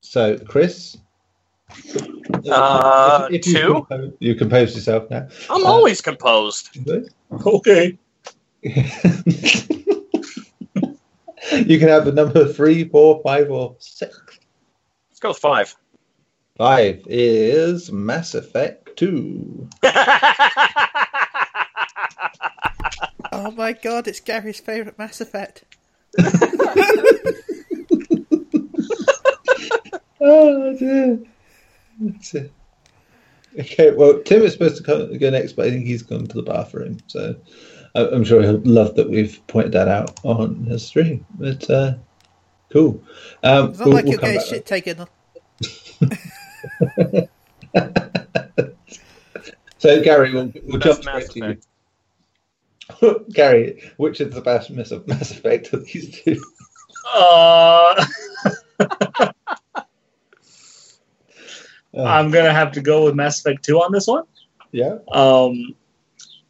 Speaker 1: so, Chris,
Speaker 6: Uh,
Speaker 1: if you
Speaker 6: two?
Speaker 1: compose, you compose yourself now.
Speaker 6: I'm always composed.
Speaker 3: Okay.
Speaker 1: you can have the number three, four, five, or six.
Speaker 6: Let's go with five.
Speaker 1: Five is Mass Effect Two.
Speaker 2: Oh my god, it's Gary's favourite Mass Effect.
Speaker 1: Oh dear. That's it. Okay, well, Tim is supposed to come, go next, but I think he's gone to the bathroom, so I- I'm sure he'll love that we've pointed that out on his stream. But uh, cool. Um,
Speaker 2: It's not like you'll get his shit taken.
Speaker 1: So, Gary, we'll, we'll
Speaker 6: Best
Speaker 1: jump
Speaker 6: Mass
Speaker 1: straight to you. Gary, which is the best Mass Mass Effect of these two?
Speaker 3: Uh,
Speaker 1: Uh,
Speaker 3: I'm gonna have to go with Mass Effect 2 on this one.
Speaker 1: yeah.
Speaker 3: Um,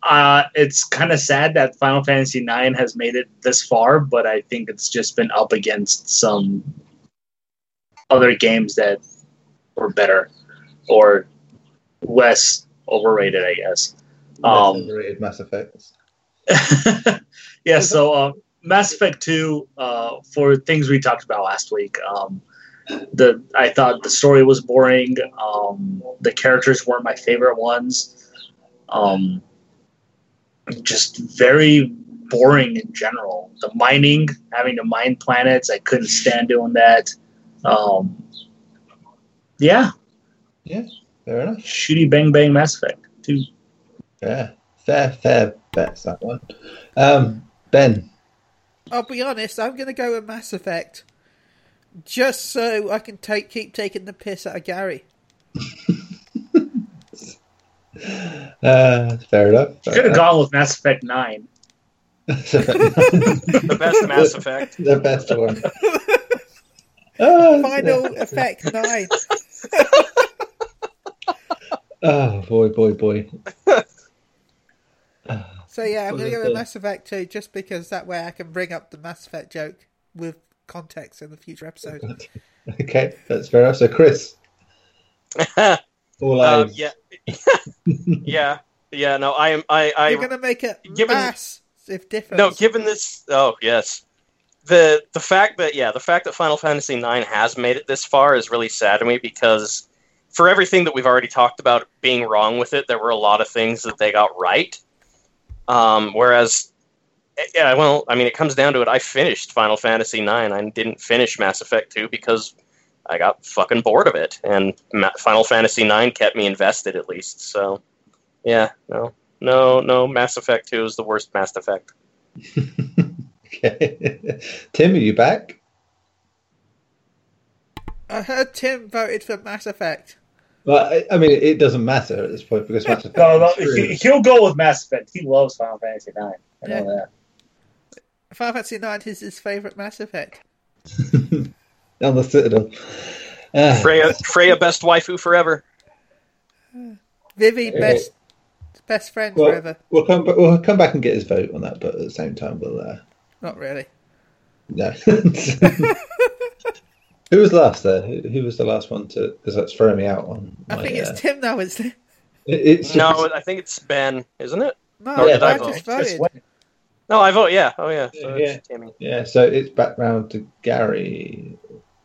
Speaker 3: uh, it's kind of sad that Final Fantasy 9 has made it this far, but I think it's just been up against some other games that were better or less overrated, I guess.
Speaker 1: Less
Speaker 3: Um,
Speaker 1: overrated Mass Effects.
Speaker 3: yeah, so um, Mass Effect Two, uh, for things we talked about last week, um, the I thought the story was boring. Um, the characters weren't my favorite ones. Um, just very boring in general. The mining, having to mine planets, I couldn't stand doing that. Um, yeah,
Speaker 1: Fair enough.
Speaker 3: shooty bang bang Mass Effect Two.
Speaker 1: Yeah. Fair, fair bets, that one. Um, ben.
Speaker 2: I'll be honest, I'm going to go with Mass Effect just so I can take keep taking the piss out of Gary.
Speaker 1: Uh, fair enough.
Speaker 3: Could have gone with Mass Effect Nine.
Speaker 6: The best Mass Effect.
Speaker 1: the best one. Oh,
Speaker 2: Final Effect 9.
Speaker 1: oh, boy, boy, boy.
Speaker 2: So yeah, I'm
Speaker 1: Well,
Speaker 2: going to
Speaker 1: there's
Speaker 2: go with
Speaker 1: the-
Speaker 2: Mass Effect 2 just because that way I can bring up the Mass Effect joke with context in the future episode.
Speaker 1: Okay, that's fair enough. So, Chris, all
Speaker 6: Um,
Speaker 1: eyes.
Speaker 6: yeah, yeah, yeah. No, I am. I. I
Speaker 2: You're going to make it
Speaker 6: given-
Speaker 2: mass if different.
Speaker 6: No, given this, oh yes, the the fact that yeah, the fact that Final Fantasy IX has made it this far is really sad to me because for everything that we've already talked about being wrong with it, there were a lot of things that they got right. Um, whereas, yeah, well, I mean, it comes down to it. I finished Final Fantasy IX. I didn't finish Mass Effect two because I got fucking bored of it, and Ma- Final Fantasy IX kept me invested at least. So, yeah, no. No, no, Mass Effect 2 is the worst Mass Effect.
Speaker 1: Okay. Tim, are you back?
Speaker 2: I heard Tim voted for Mass Effect.
Speaker 1: Well, I, I mean, it, doesn't matter at this point because Mass Effect
Speaker 3: No, no,
Speaker 1: is true.
Speaker 3: he, will go with Mass Effect. He loves Final Fantasy Nine. I know
Speaker 2: Yeah.
Speaker 3: that.
Speaker 2: Final Fantasy 9 is his favourite Mass Effect.
Speaker 1: on the Citadel. Ah,
Speaker 6: Freya, Freya, best waifu forever.
Speaker 2: Vivi,
Speaker 1: Okay.
Speaker 2: best best friend
Speaker 1: Well-
Speaker 2: forever.
Speaker 1: we'll come. Back, we'll come back and get his vote on that, but at the same time, we'll. Uh,
Speaker 2: Not really.
Speaker 1: no. Who was last there? Who, who was the last one to? Because that's throwing me out on.
Speaker 2: I
Speaker 3: Oh,
Speaker 1: my,
Speaker 2: think
Speaker 1: uh,
Speaker 2: it's Tim now, isn't it?
Speaker 1: it- it's
Speaker 6: No, I think it's Ben, isn't it?
Speaker 2: No,
Speaker 1: Nor did
Speaker 2: I,
Speaker 1: I
Speaker 2: just
Speaker 3: Just
Speaker 2: voted.
Speaker 3: wait.
Speaker 6: No, I vote yeah. Oh yeah. So it's
Speaker 1: Yeah.
Speaker 6: Timmy.
Speaker 1: Yeah, so it's back round to Gary.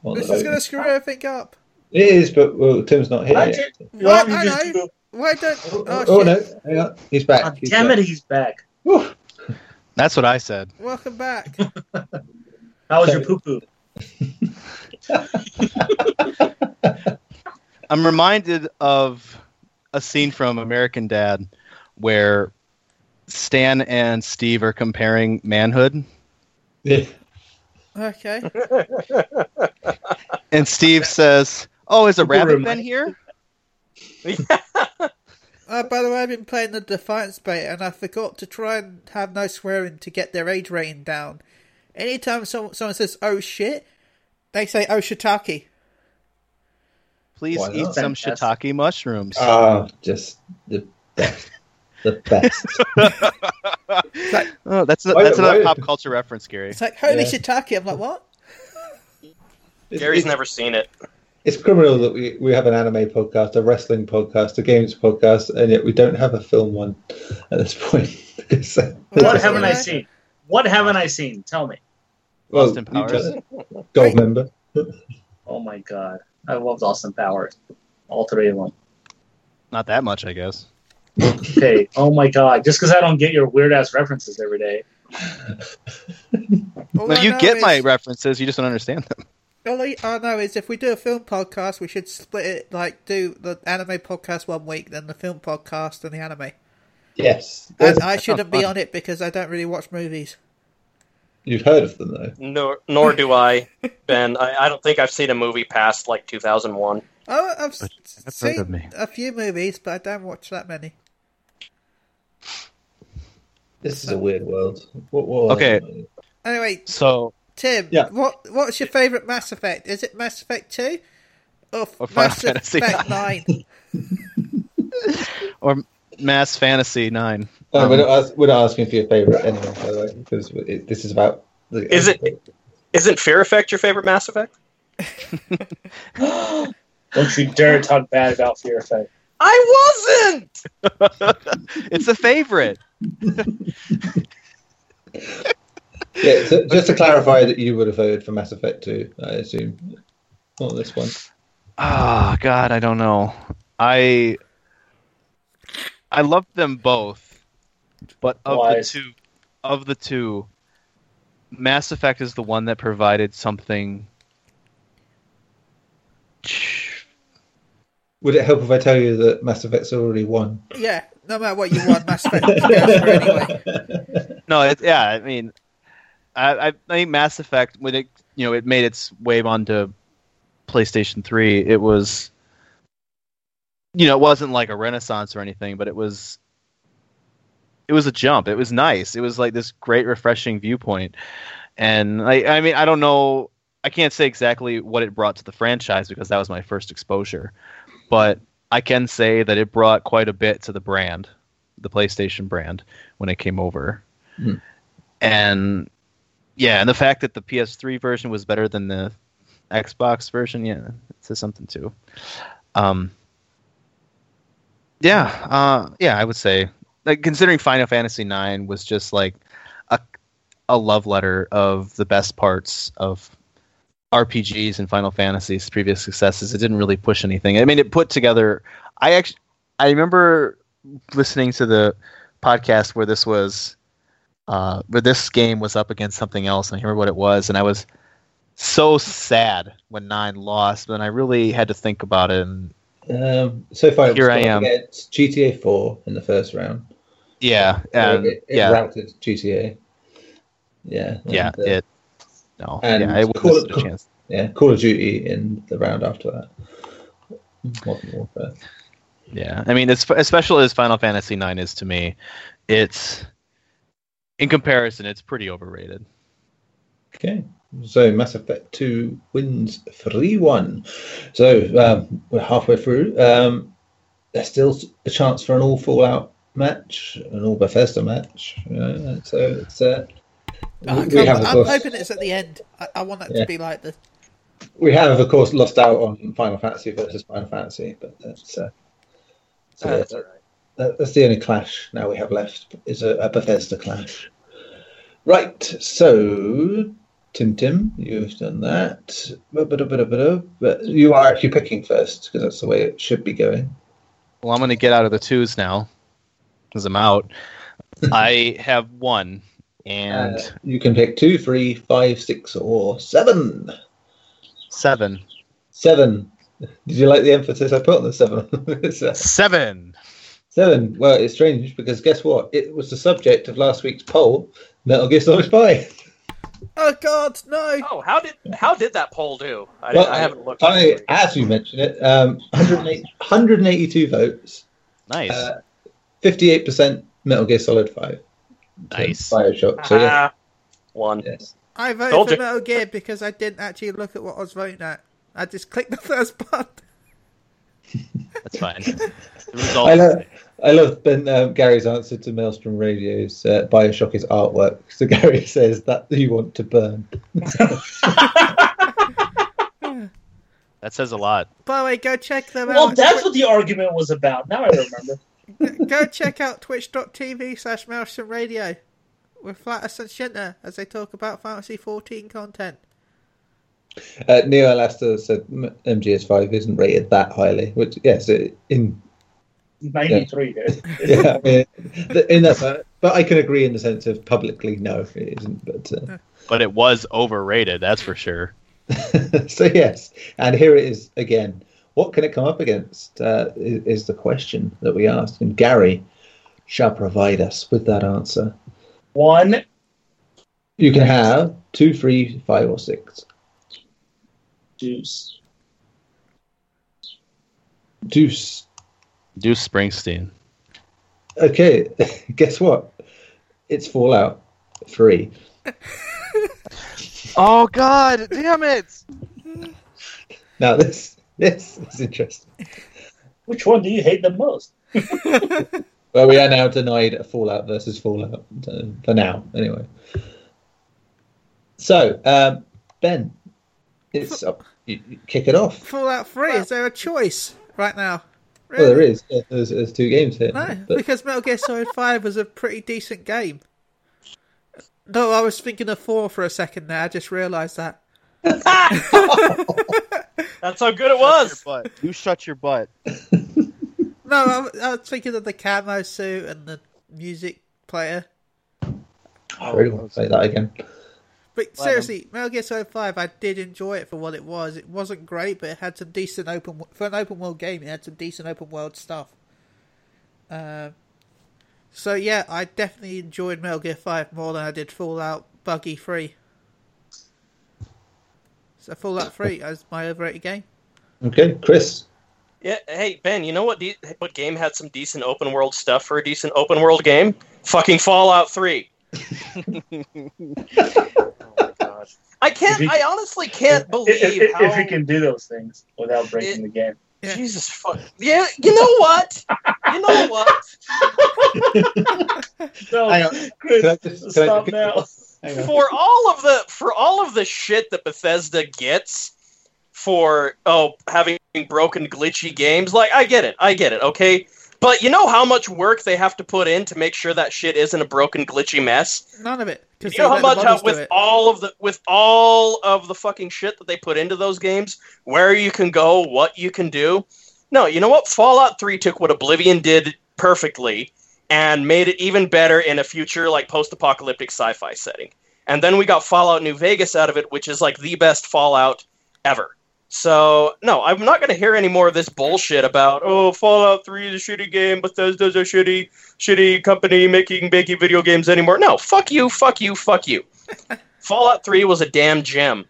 Speaker 1: on the
Speaker 2: This is
Speaker 1: voting.
Speaker 2: going to screw everything up.
Speaker 1: It is, but well, Tim's not here.
Speaker 3: Why
Speaker 1: yet.
Speaker 3: don't you-
Speaker 2: Well,
Speaker 3: why don't you
Speaker 2: I
Speaker 3: just
Speaker 2: know.
Speaker 3: do-
Speaker 2: Why don't?
Speaker 1: Oh,
Speaker 2: Oh,
Speaker 1: oh,
Speaker 2: shit.
Speaker 1: no, hang on, he's back.
Speaker 3: God
Speaker 1: he's
Speaker 3: damn
Speaker 1: back.
Speaker 3: it, he's back.
Speaker 1: Whew.
Speaker 4: That's what I said.
Speaker 2: Welcome back.
Speaker 3: How was your
Speaker 1: Sorry.
Speaker 3: poo poo?
Speaker 4: I'm reminded of a scene from American Dad where Stan and Steve are comparing manhood,
Speaker 1: Yeah.
Speaker 2: Okay.
Speaker 4: and Steve says, "Oh, is a rabbit been here?"
Speaker 2: Uh, by the way, I've been playing the Defiance beta, and I forgot to try and have no swearing to get their age rating down. Anytime someone, someone says "oh shit," they say "oh shiitake."
Speaker 4: Please
Speaker 1: Why
Speaker 4: eat
Speaker 1: not?
Speaker 4: some
Speaker 3: Fantastic.
Speaker 4: shiitake mushrooms.
Speaker 1: Ah, just the best. The best.
Speaker 2: like-
Speaker 4: oh, that's
Speaker 1: Why-
Speaker 4: that's another
Speaker 1: why-
Speaker 4: pop culture reference, Gary.
Speaker 2: It's like "holy
Speaker 1: Yeah.
Speaker 2: shiitake." I'm like, "What?"
Speaker 1: It's-
Speaker 6: Gary's
Speaker 1: it's-
Speaker 6: never seen it.
Speaker 1: It's criminal that we, we have an anime podcast, a wrestling podcast, a games podcast, and yet we don't have a film one at this point. Because, uh,
Speaker 3: What haven't I
Speaker 2: Yeah.
Speaker 3: seen? What haven't I seen? Tell me.
Speaker 1: well,
Speaker 4: Austin
Speaker 1: you
Speaker 4: Powers.
Speaker 1: just- Gold member.
Speaker 3: Oh my god, I loved Austin Powers, all three of them.
Speaker 4: Not that much, I guess.
Speaker 3: Okay. oh my god, just because I don't get your weird ass references every day.
Speaker 2: All
Speaker 4: No,
Speaker 2: I
Speaker 4: you
Speaker 2: know
Speaker 4: get my
Speaker 2: is-
Speaker 4: references. You just don't understand them.
Speaker 2: All I I know is if we do a film podcast, we should split it. Like, do the anime podcast one week, then the film podcast, and the anime.
Speaker 1: Yes.
Speaker 2: And I
Speaker 4: that
Speaker 2: shouldn't
Speaker 4: sounds
Speaker 2: be
Speaker 4: fun.
Speaker 2: on it because I don't really watch movies.
Speaker 1: You've heard of them, though.
Speaker 6: Nor nor do I, Ben. I, I don't think I've seen a movie past like two thousand one.
Speaker 2: Oh, I've s-
Speaker 4: heard
Speaker 2: seen
Speaker 4: of me.
Speaker 2: a few movies, but I don't watch that many.
Speaker 1: This is a weird world. What, what
Speaker 4: Okay.
Speaker 2: Anyway,
Speaker 4: So,
Speaker 2: Tim,
Speaker 1: Yeah.
Speaker 2: what what's your favourite Mass Effect? Is it Mass Effect Two or,
Speaker 4: Or Final
Speaker 2: Mass
Speaker 4: Fantasy
Speaker 2: Effect Nine?
Speaker 4: or Mass Fantasy Nine.
Speaker 1: No,
Speaker 4: Um,
Speaker 1: we're, not ask, we're not asking for your favourite anyway, by the way, because it, this is about. The,
Speaker 6: Is it- Isn't Fear Effect your favorite Mass Effect?
Speaker 3: Don't you dare talk bad about Fear Effect.
Speaker 6: I wasn't.
Speaker 4: it's a favorite.
Speaker 1: Yeah, so just to clarify that you would have voted for Mass Effect 2, I assume. Not this one.
Speaker 4: Ah, God, I don't know. I I love them both, but of
Speaker 3: Lies.
Speaker 4: the two, of the two, Mass Effect is the one that provided something.
Speaker 1: Would it help if I tell you that Mass Effect's already won?
Speaker 2: Yeah, no matter what you want, Mass Effect goes for anyway.
Speaker 4: No, it, yeah, I mean, I, I, I think Mass Effect when it you know it made its wave onto PlayStation Three, it was you know it wasn't like a renaissance or anything, but it was it was a jump. It was nice. It was like this great refreshing viewpoint, and I I mean I don't know I can't say exactly what it brought to the franchise because that was my first exposure, but I can say that it brought quite a bit to the brand, the PlayStation brand when it came over and yeah, and the fact that the PS3 version was better than the Xbox version, yeah, it says something too. Um, yeah, uh, yeah, I would say like considering Final Fantasy IX was just like a a love letter of the best parts of RPGs and Final Fantasy's previous successes. It didn't really push anything. I mean, it put together. I actually, I remember listening to the podcast where this was uh, where this game was up against something else, and I can't remember what it was, and I was so sad when Nine lost. But then I really had to think about it, and
Speaker 1: Um, so far, it was
Speaker 4: Here I
Speaker 1: going
Speaker 4: am.
Speaker 1: against GTA 4 in the first round.
Speaker 4: yeah, and
Speaker 1: it, it
Speaker 4: yeah,
Speaker 1: routed GTA. Yeah.
Speaker 4: yeah,
Speaker 1: and, uh,
Speaker 4: it. No,
Speaker 1: And
Speaker 4: yeah, I wouldn't
Speaker 1: Call
Speaker 4: have
Speaker 1: of-
Speaker 4: stood a chance.
Speaker 1: yeah. Call of Duty in the round after that. Modern Warfare.
Speaker 4: Yeah, I mean, as, as special as Final Fantasy IX is to me, it's in comparison, it's pretty overrated.
Speaker 1: Okay. So Mass Effect 2 wins 3 1. So um, we're halfway through. Um, there's still a chance for an all Fallout match, an all Bethesda match. You know? So it's. Uh,
Speaker 2: I
Speaker 1: we, have,
Speaker 2: can't-
Speaker 1: of
Speaker 2: I'm
Speaker 1: course,
Speaker 2: hoping it's at the end. I, I want that
Speaker 1: Yeah.
Speaker 2: to be like the
Speaker 1: we have, of course, lost out on Final Fantasy versus Final Fantasy, but that's. Uh,
Speaker 2: Uh,
Speaker 1: so
Speaker 6: That's
Speaker 1: that-
Speaker 6: all right.
Speaker 1: that, that's the only clash now we have left is a, a Bethesda clash. Right, so Tim Tim, you've done that. Ba-ba-da-ba-da-ba-da. But you are actually picking first because that's the way it should be going.
Speaker 4: Well, I'm going to get out of the twos now because I'm out. I have one, and
Speaker 1: Uh, you can pick two, three, five, six, or seven.
Speaker 4: seven.
Speaker 1: Seven. Did you like the emphasis I put on the seven? It's, uh,
Speaker 4: Seven.
Speaker 1: seven. Well, it's strange because guess what? It was the subject of last week's poll. Metal Gear Solid Spy.
Speaker 2: oh god no.
Speaker 6: Oh, how did how did that poll do? I,
Speaker 1: Well,
Speaker 6: didn't- I haven't looked.
Speaker 1: I, as you mentioned it, um, 108 182 votes,
Speaker 4: Nice.
Speaker 1: Uh, 58% Metal Gear Solid 5. to
Speaker 4: nice.
Speaker 1: Bioshock. So, yeah.
Speaker 6: Ah, one.
Speaker 1: Yes.
Speaker 2: I voted
Speaker 6: Told
Speaker 2: for
Speaker 6: you.
Speaker 2: Metal Gear because I didn't actually look at what I was voting at. I just clicked the first button.
Speaker 4: That's fine. The
Speaker 1: I
Speaker 4: results.
Speaker 1: love, I love ben, um, Gary's answer to Maelstrom Radio's uh, Bioshock is artwork. So Gary says that you want to burn.
Speaker 4: That says a lot.
Speaker 2: By the way, go check them
Speaker 3: Well,
Speaker 2: out.
Speaker 3: that's what the argument was about. Now I remember.
Speaker 2: go check out twitch.tv slash Maelstrom Radio with Flatus and Shinta as they talk about Fantasy 14 content.
Speaker 1: Uh, Neo Alastair said M- MGS5 isn't rated that highly, which, yes, it, in
Speaker 3: Ninety-three, dude.
Speaker 1: yeah, I mean, th- in that sense. But I can agree in the sense of publicly, no, it isn't. But uh,
Speaker 4: but it was overrated. That's for sure.
Speaker 1: so yes, and here it is again. What can it come up against? Uh, is, is the question that we asked, and Gary shall provide us with that answer.
Speaker 3: One.
Speaker 1: You can have two, three, five, or six.
Speaker 3: Deuce.
Speaker 1: Deuce.
Speaker 4: Deuce Springsteen.
Speaker 1: Okay, guess what? It's Fallout Three.
Speaker 4: Oh God, damn it!
Speaker 1: Now this this is interesting.
Speaker 3: Which one do you hate the most?
Speaker 1: Well, we are now denied a Fallout versus Fallout uh, for now, anyway. So, um, Ben, it's up. You, you kick it off.
Speaker 2: Fallout 3, is there a choice right now?
Speaker 1: Well, there is. Yeah, There's, there's two games here.
Speaker 2: No,
Speaker 1: But
Speaker 2: because Metal Gear Solid 5 was a pretty decent game. No, I was thinking of four for a second there. I just realised that.
Speaker 6: That's how good it was.
Speaker 4: Shut your butt. You shut your butt.
Speaker 2: No, I, I was thinking of the camo suit and the music player.
Speaker 1: I really want to say that again.
Speaker 2: But seriously,
Speaker 6: um,
Speaker 2: Metal Gear Solid Five, I did enjoy it for what it was. It wasn't great, but it had some decent open for an open world game. It had some decent open world stuff. Um, so yeah, I definitely enjoyed Metal Gear Five more than I did Fallout Buggy Three. So Fallout Three is my overrated game.
Speaker 1: Okay, Chris.
Speaker 6: Yeah. Hey Ben, you know what? De- what game had some decent open world stuff for a decent open world game? Fucking Fallout Three.
Speaker 3: Oh
Speaker 6: I can't.
Speaker 3: If you-
Speaker 6: I honestly can't believe
Speaker 3: if, if,
Speaker 6: how.
Speaker 3: if you can do those things without breaking the game.
Speaker 2: Yeah.
Speaker 6: Jesus fuck. Yeah. You know what? you know what?
Speaker 3: No,
Speaker 1: Hang on.
Speaker 3: Chris,
Speaker 1: Can I just- can I-
Speaker 3: stop
Speaker 1: can-
Speaker 3: now.
Speaker 1: Hang on.
Speaker 6: for all of the for all of the shit that Bethesda gets for oh having broken glitchy games, like I get it, I get it, okay. But you know how much work they have to put in to make sure that shit isn't a broken glitchy mess.
Speaker 2: None of it. 'cause
Speaker 6: You know
Speaker 2: they
Speaker 6: how
Speaker 2: let
Speaker 6: much
Speaker 2: the
Speaker 6: how,
Speaker 2: modders do
Speaker 6: with
Speaker 2: it.
Speaker 6: all of the with all of the fucking shit that they put into those games, where you can go, what you can do. No, you know what? Fallout Three took what Oblivion did perfectly and made it even better in a future like post-apocalyptic sci-fi setting. And then we got Fallout New Vegas out of it, which is like the best Fallout ever. So no, I'm not going to hear any more of this bullshit about oh Fallout Three is a shitty game, Bethesda's a shitty, shitty company making making video games anymore. No, fuck you, fuck you, fuck you. Fallout Three was a damn gem,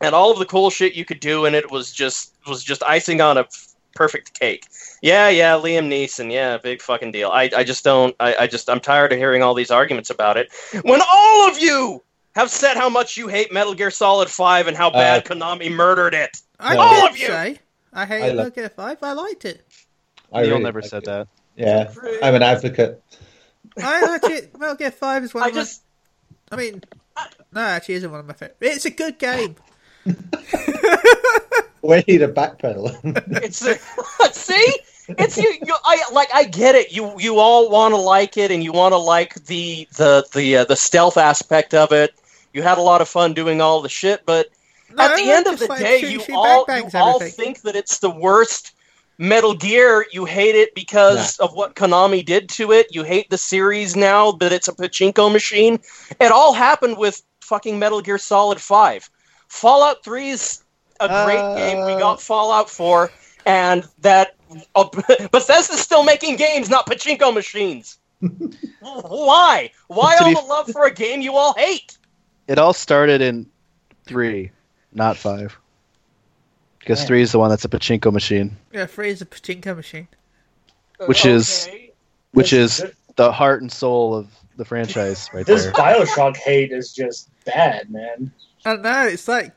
Speaker 6: and all of the cool shit you could do in it was just was just icing on a f- perfect cake. Yeah, yeah, Liam Neeson, yeah, big fucking deal. I, I just don't, I, I just, I'm tired of hearing all these arguments about it when all of you have said how much you hate Metal Gear Solid Five and how bad Konami murdered it.
Speaker 2: I
Speaker 1: Yeah.
Speaker 6: All
Speaker 2: did
Speaker 6: of you!
Speaker 2: say I hate
Speaker 1: I
Speaker 2: Metal
Speaker 1: lo-
Speaker 2: Gear Five. I liked it.
Speaker 1: I
Speaker 4: Neil
Speaker 1: really
Speaker 4: never
Speaker 1: like
Speaker 4: said
Speaker 1: it.
Speaker 4: that.
Speaker 1: Yeah, I'm an advocate.
Speaker 2: I actually Metal Gear Five is one
Speaker 6: I
Speaker 2: of my.
Speaker 6: just,
Speaker 2: I mean, no, it actually isn't one of my favorite. It's a good game.
Speaker 1: We need a backpedal.
Speaker 6: it's see, it's you, you. I like, I get it. You, you all want to like it, and you want to like the the the uh, the stealth aspect of it. You had a lot of fun doing all the shit, but
Speaker 2: No,
Speaker 6: at the
Speaker 2: I
Speaker 6: end of
Speaker 2: just
Speaker 6: the
Speaker 2: like
Speaker 6: day,
Speaker 2: shoot,
Speaker 6: you
Speaker 2: shoot,
Speaker 6: all
Speaker 2: bang, bangs
Speaker 6: you all
Speaker 2: everything.
Speaker 6: think that it's the worst Metal Gear. You hate it because of what Konami did to it. You hate the series now that it's a pachinko machine. It all happened with fucking Metal Gear Solid Five. Fallout Three is a great
Speaker 1: Uh,
Speaker 6: game. We got Fallout Four, and that uh, Bethesda's still making games, not pachinko machines. Why? Why
Speaker 4: To
Speaker 6: all
Speaker 4: be-
Speaker 6: the love for a game you all hate?
Speaker 4: It all started in three, not five. Because
Speaker 3: Yeah.
Speaker 4: three is the one that's a pachinko machine,
Speaker 2: Yeah, three is a pachinko machine.
Speaker 4: Which is- which is the heart and soul of the franchise right
Speaker 3: This
Speaker 4: there.
Speaker 3: Bioshock hate is just bad, man.
Speaker 2: I don't know. It's like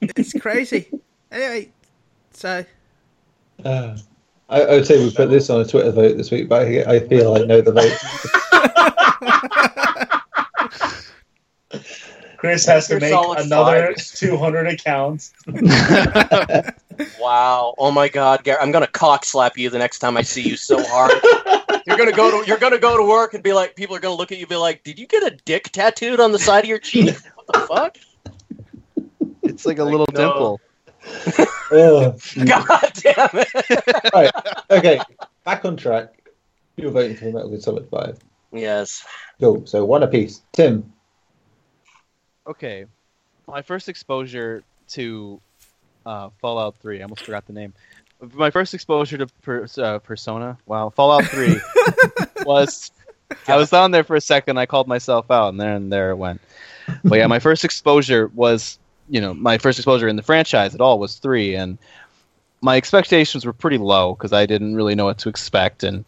Speaker 2: it's crazy. anyway, so
Speaker 1: Uh, I, I would say we put this on a Twitter vote this week, but I, I feel I know the vote.
Speaker 3: Chris has to
Speaker 6: Metal
Speaker 3: make
Speaker 6: Gear Solid
Speaker 3: another
Speaker 6: five.
Speaker 3: 200 accounts.
Speaker 6: Wow! Oh my God, Gary! I'm gonna cock slap you the next time I see you so hard. you're gonna go to you're gonna go to work and be like, people are gonna look at you and be like, "Did you get a dick tattooed on the side of your cheek? What the fuck?"
Speaker 4: it's like a little
Speaker 6: no.
Speaker 4: dimple.
Speaker 1: Oh,
Speaker 6: God damn it!
Speaker 1: right. Okay, back on track. You're voting for Metal Gear Solid 5.
Speaker 6: Yes.
Speaker 1: Cool. So one apiece. Tim.
Speaker 4: Okay, my first exposure to uh, Fallout Three. I almost forgot the name. My first exposure to per, uh, Persona. Wow, Fallout Three was. I was on there for a second. I called myself out, and there and there it went. But yeah, my first exposure was you know my first exposure in the franchise at all was three, and my expectations were pretty low because I didn't really know what to expect, and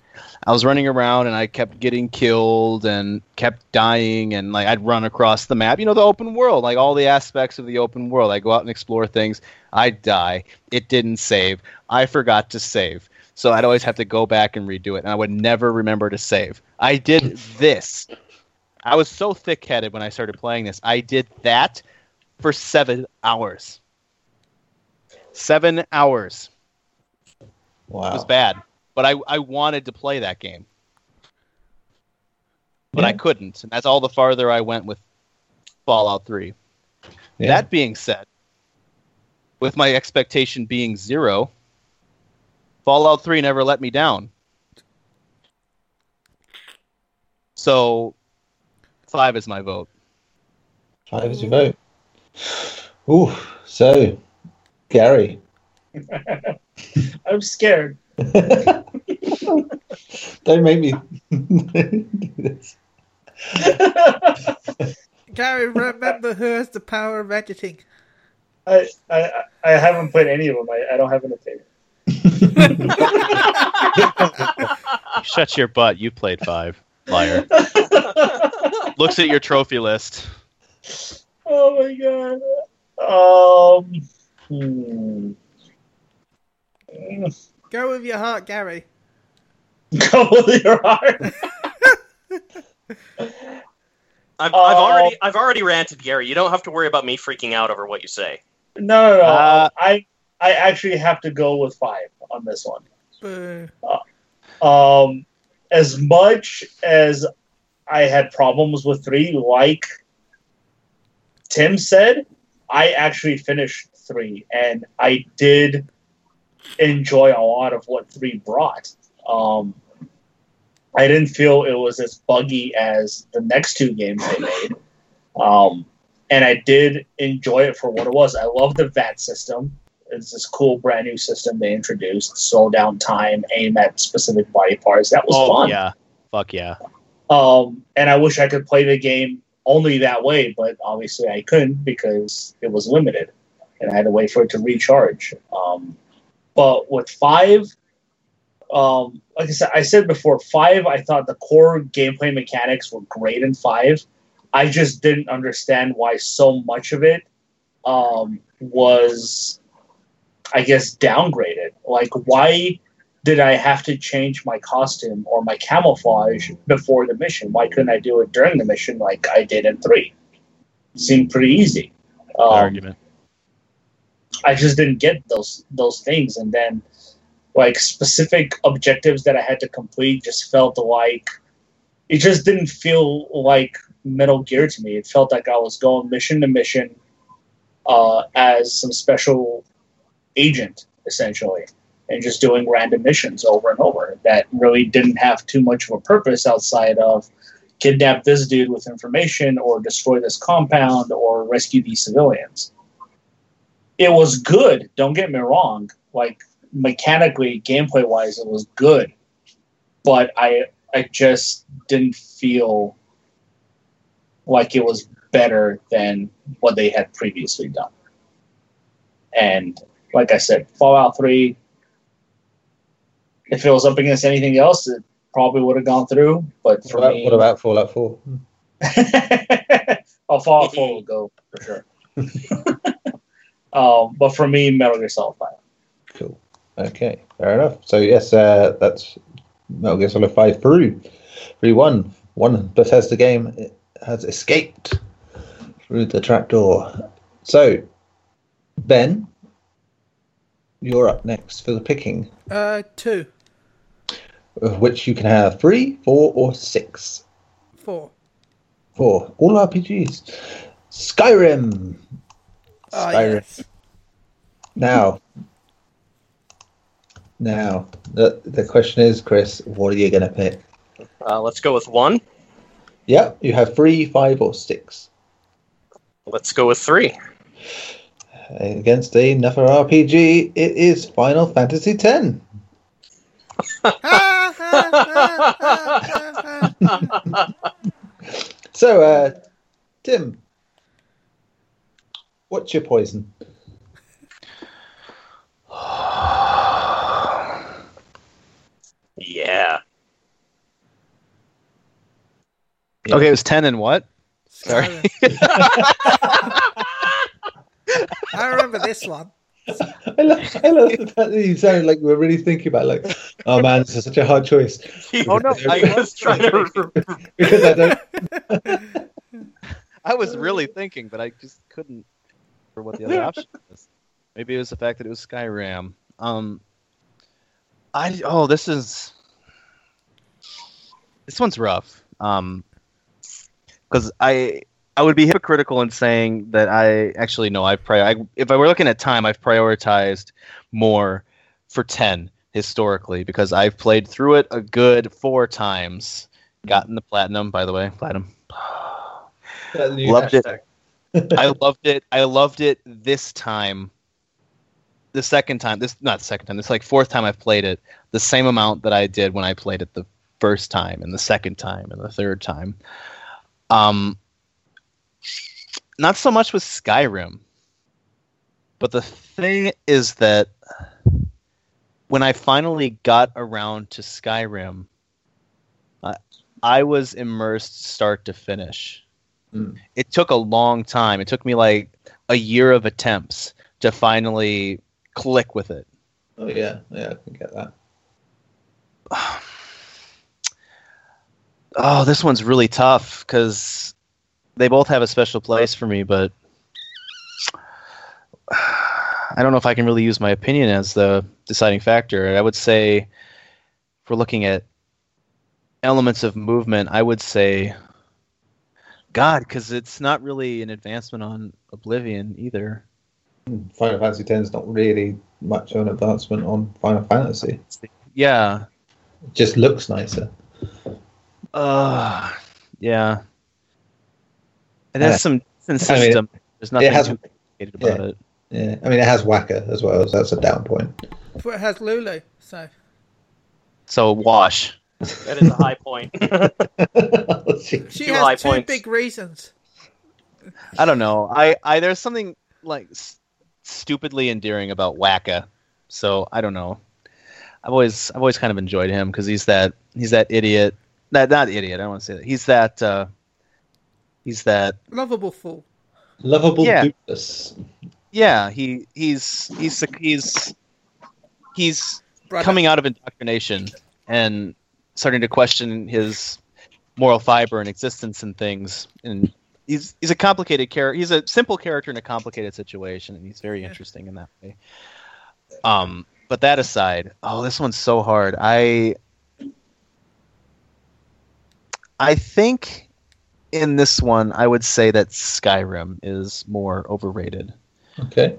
Speaker 4: I was running around and I kept getting killed and kept dying and like I'd run across the map, you know, the open world, like all the aspects of the open world. I go out and explore things. I die. It didn't save. I forgot to save. So I'd always have to go back and redo it and I would never remember to save. I did this. I was so thick-headed when I started playing this. I did that for 7 hours. 7 hours. It was
Speaker 1: Wow.
Speaker 4: bad, but I, I wanted to play that game, but I
Speaker 1: Yeah.
Speaker 4: couldn't, and that's all the farther I went with Fallout 3.
Speaker 1: Yeah.
Speaker 4: That being said, with my expectation being zero, Fallout 3 never let me down. So, five is my vote.
Speaker 1: Five is your vote. Ooh, so Gary.
Speaker 3: I'm scared.
Speaker 1: Don't make me do this.
Speaker 3: I,
Speaker 2: Gary, remember who has the power of editing?
Speaker 3: I, I I haven't played any of them. I, I don't have an opinion.
Speaker 4: Shut your butt. You played five. Liar. Looks at your trophy list.
Speaker 3: oh my god. Um. hmm.
Speaker 2: Go with your heart, Gary.
Speaker 3: Go with your heart.
Speaker 6: I've, I've
Speaker 3: Uh,
Speaker 6: already I've already ranted, Gary. You don't have to worry about me freaking out over what you say.
Speaker 3: No, no, no.
Speaker 4: Uh,
Speaker 3: I I actually have to go with five on this one.
Speaker 2: Boo.
Speaker 3: Um, as much as I had problems with three, like Tim said, I actually finished three, and I did enjoy a lot of what three brought. Um, I didn't feel it was as buggy as the next two games they made. Um, and I did enjoy it for what it was. I love the VAT system. It's this cool brand new system they introduced. Slow down time, aim at specific body parts. That was
Speaker 4: oh,
Speaker 3: fun.
Speaker 4: yeah. Fuck yeah.
Speaker 3: Um, and I wish I could play the game only that way, but obviously I couldn't because it was limited, and I had to wait for it to recharge. Um, but with five, um, like I said, I said before, five. I thought the core gameplay mechanics were great in five. I just didn't understand why so much of it um, was, I guess, downgraded. Like why did I have to change my costume or my camouflage before the mission? Why couldn't I do it during the mission like I did in three? Seemed pretty easy. Um,
Speaker 4: argument.
Speaker 3: I just didn't get those those things, and then like specific objectives that I had to complete just felt like it just didn't feel like Metal Gear to me. It felt like I was going mission to mission uh, as some special agent essentially, and just doing random missions over and over that really didn't have too much of a purpose outside of kidnap this dude with information or destroy this compound or rescue these civilians it was good. Don't get me wrong. Like mechanically, gameplay wise, it was good, but I I just didn't feel like it was better than what they had previously done. And like I said, Fallout Three, if it was up against anything else, it probably would have gone through. But for
Speaker 1: What about,
Speaker 3: me,
Speaker 1: what about Fallout 4?
Speaker 3: oh, Fallout 4 will go for sure. um, but for me, Metal Gear Solid 5.
Speaker 1: Cool. Okay, fair enough. So yes, uh, that's Metal Gear Solid Five through three one one Bethesda game has escaped through the trapdoor. So Ben, you're up next for the picking,
Speaker 2: Uh, two,
Speaker 1: of which you can have three, four, or six.
Speaker 2: four.
Speaker 1: Four. All RPGs. Skyrim.
Speaker 2: Ah,
Speaker 1: Skyrim.
Speaker 2: yes.
Speaker 1: Now, now the the question is, Chris, what are you going to pick?
Speaker 6: Uh, let's go with one.
Speaker 1: Yep, you have three, five, or six
Speaker 6: Let's go with three.
Speaker 1: Uh, against another RPG. It is Final Fantasy X.
Speaker 2: Ha, ha, ha, ha, ha, ha.
Speaker 1: So, uh, Tim, what's your poison?
Speaker 6: Yeah.
Speaker 1: Yeah.
Speaker 4: Okay, it was 10 and what?
Speaker 2: Sorry. I remember this one.
Speaker 1: I love, I love the fact that you sound like we're really thinking about, like, oh man, this is such a hard choice
Speaker 4: Oh, no,
Speaker 6: I was trying to.
Speaker 1: because I don't.
Speaker 4: I was really thinking, but I just couldn't for what the other option was. Maybe it was the fact that it was Skyrim. Um, I oh, this is this one's rough. Um, because I I would be hypocritical in saying that I actually no, I've prior. I, if I were looking at time, I've prioritized more for ten historically because I've played through it a good four times, gotten the platinum. By the way, platinum.
Speaker 1: That new
Speaker 4: Loved it.
Speaker 1: hashtag.
Speaker 4: I loved it. I loved it this time. The second time, this not the second time. This like fourth time I've played it. The same amount that I did when I played it the first time, and the second time, and the third time. Um, not so much with Skyrim, but the thing is that when I finally got around to Skyrim, I, I was immersed start to finish it took a long time. It took me like a year of attempts to finally click with it.
Speaker 1: Oh yeah, yeah, I can get that.
Speaker 4: Oh, this one's really tough because they both have a special place for me, but I don't know if I can really use my opinion as the deciding factor. I would say, if we're looking at elements of movement, I would say, God, because it's not really an advancement on Oblivion either.
Speaker 1: Final Fantasy X is not really much of an advancement on Final Fantasy.
Speaker 4: Yeah,
Speaker 1: It just looks nicer.
Speaker 4: Uh, yeah. It
Speaker 1: Yeah.
Speaker 4: has some decent
Speaker 1: I mean,
Speaker 4: system. There's nothing
Speaker 1: it has-
Speaker 4: too complicated about it.
Speaker 1: Yeah, I mean it has Wacker as well, so that's a down point.
Speaker 2: But it has Lulu, so
Speaker 4: So wash.
Speaker 6: That is a high point.
Speaker 2: she
Speaker 6: Two high
Speaker 2: has two
Speaker 6: points.
Speaker 2: big reasons.
Speaker 4: I don't know. I, I there's something like s- stupidly endearing about Wacka. So I don't know. I've always I've always kind of enjoyed him because he's that he's that idiot. That not idiot. I don't want to say that. He's that. Uh, he's that
Speaker 2: Lovable fool.
Speaker 1: Lovable
Speaker 4: Yeah.
Speaker 1: doofus.
Speaker 4: Yeah, he he's he's he's he's
Speaker 2: Brother.
Speaker 4: coming out of indoctrination and starting to question his moral fiber and existence and things. And he's he's a complicated character. He's a simple character in a complicated situation, and he's very interesting in that way. Um, but that aside, oh, this one's so hard. I I think in this one, I would say that Skyrim is more overrated
Speaker 1: Okay.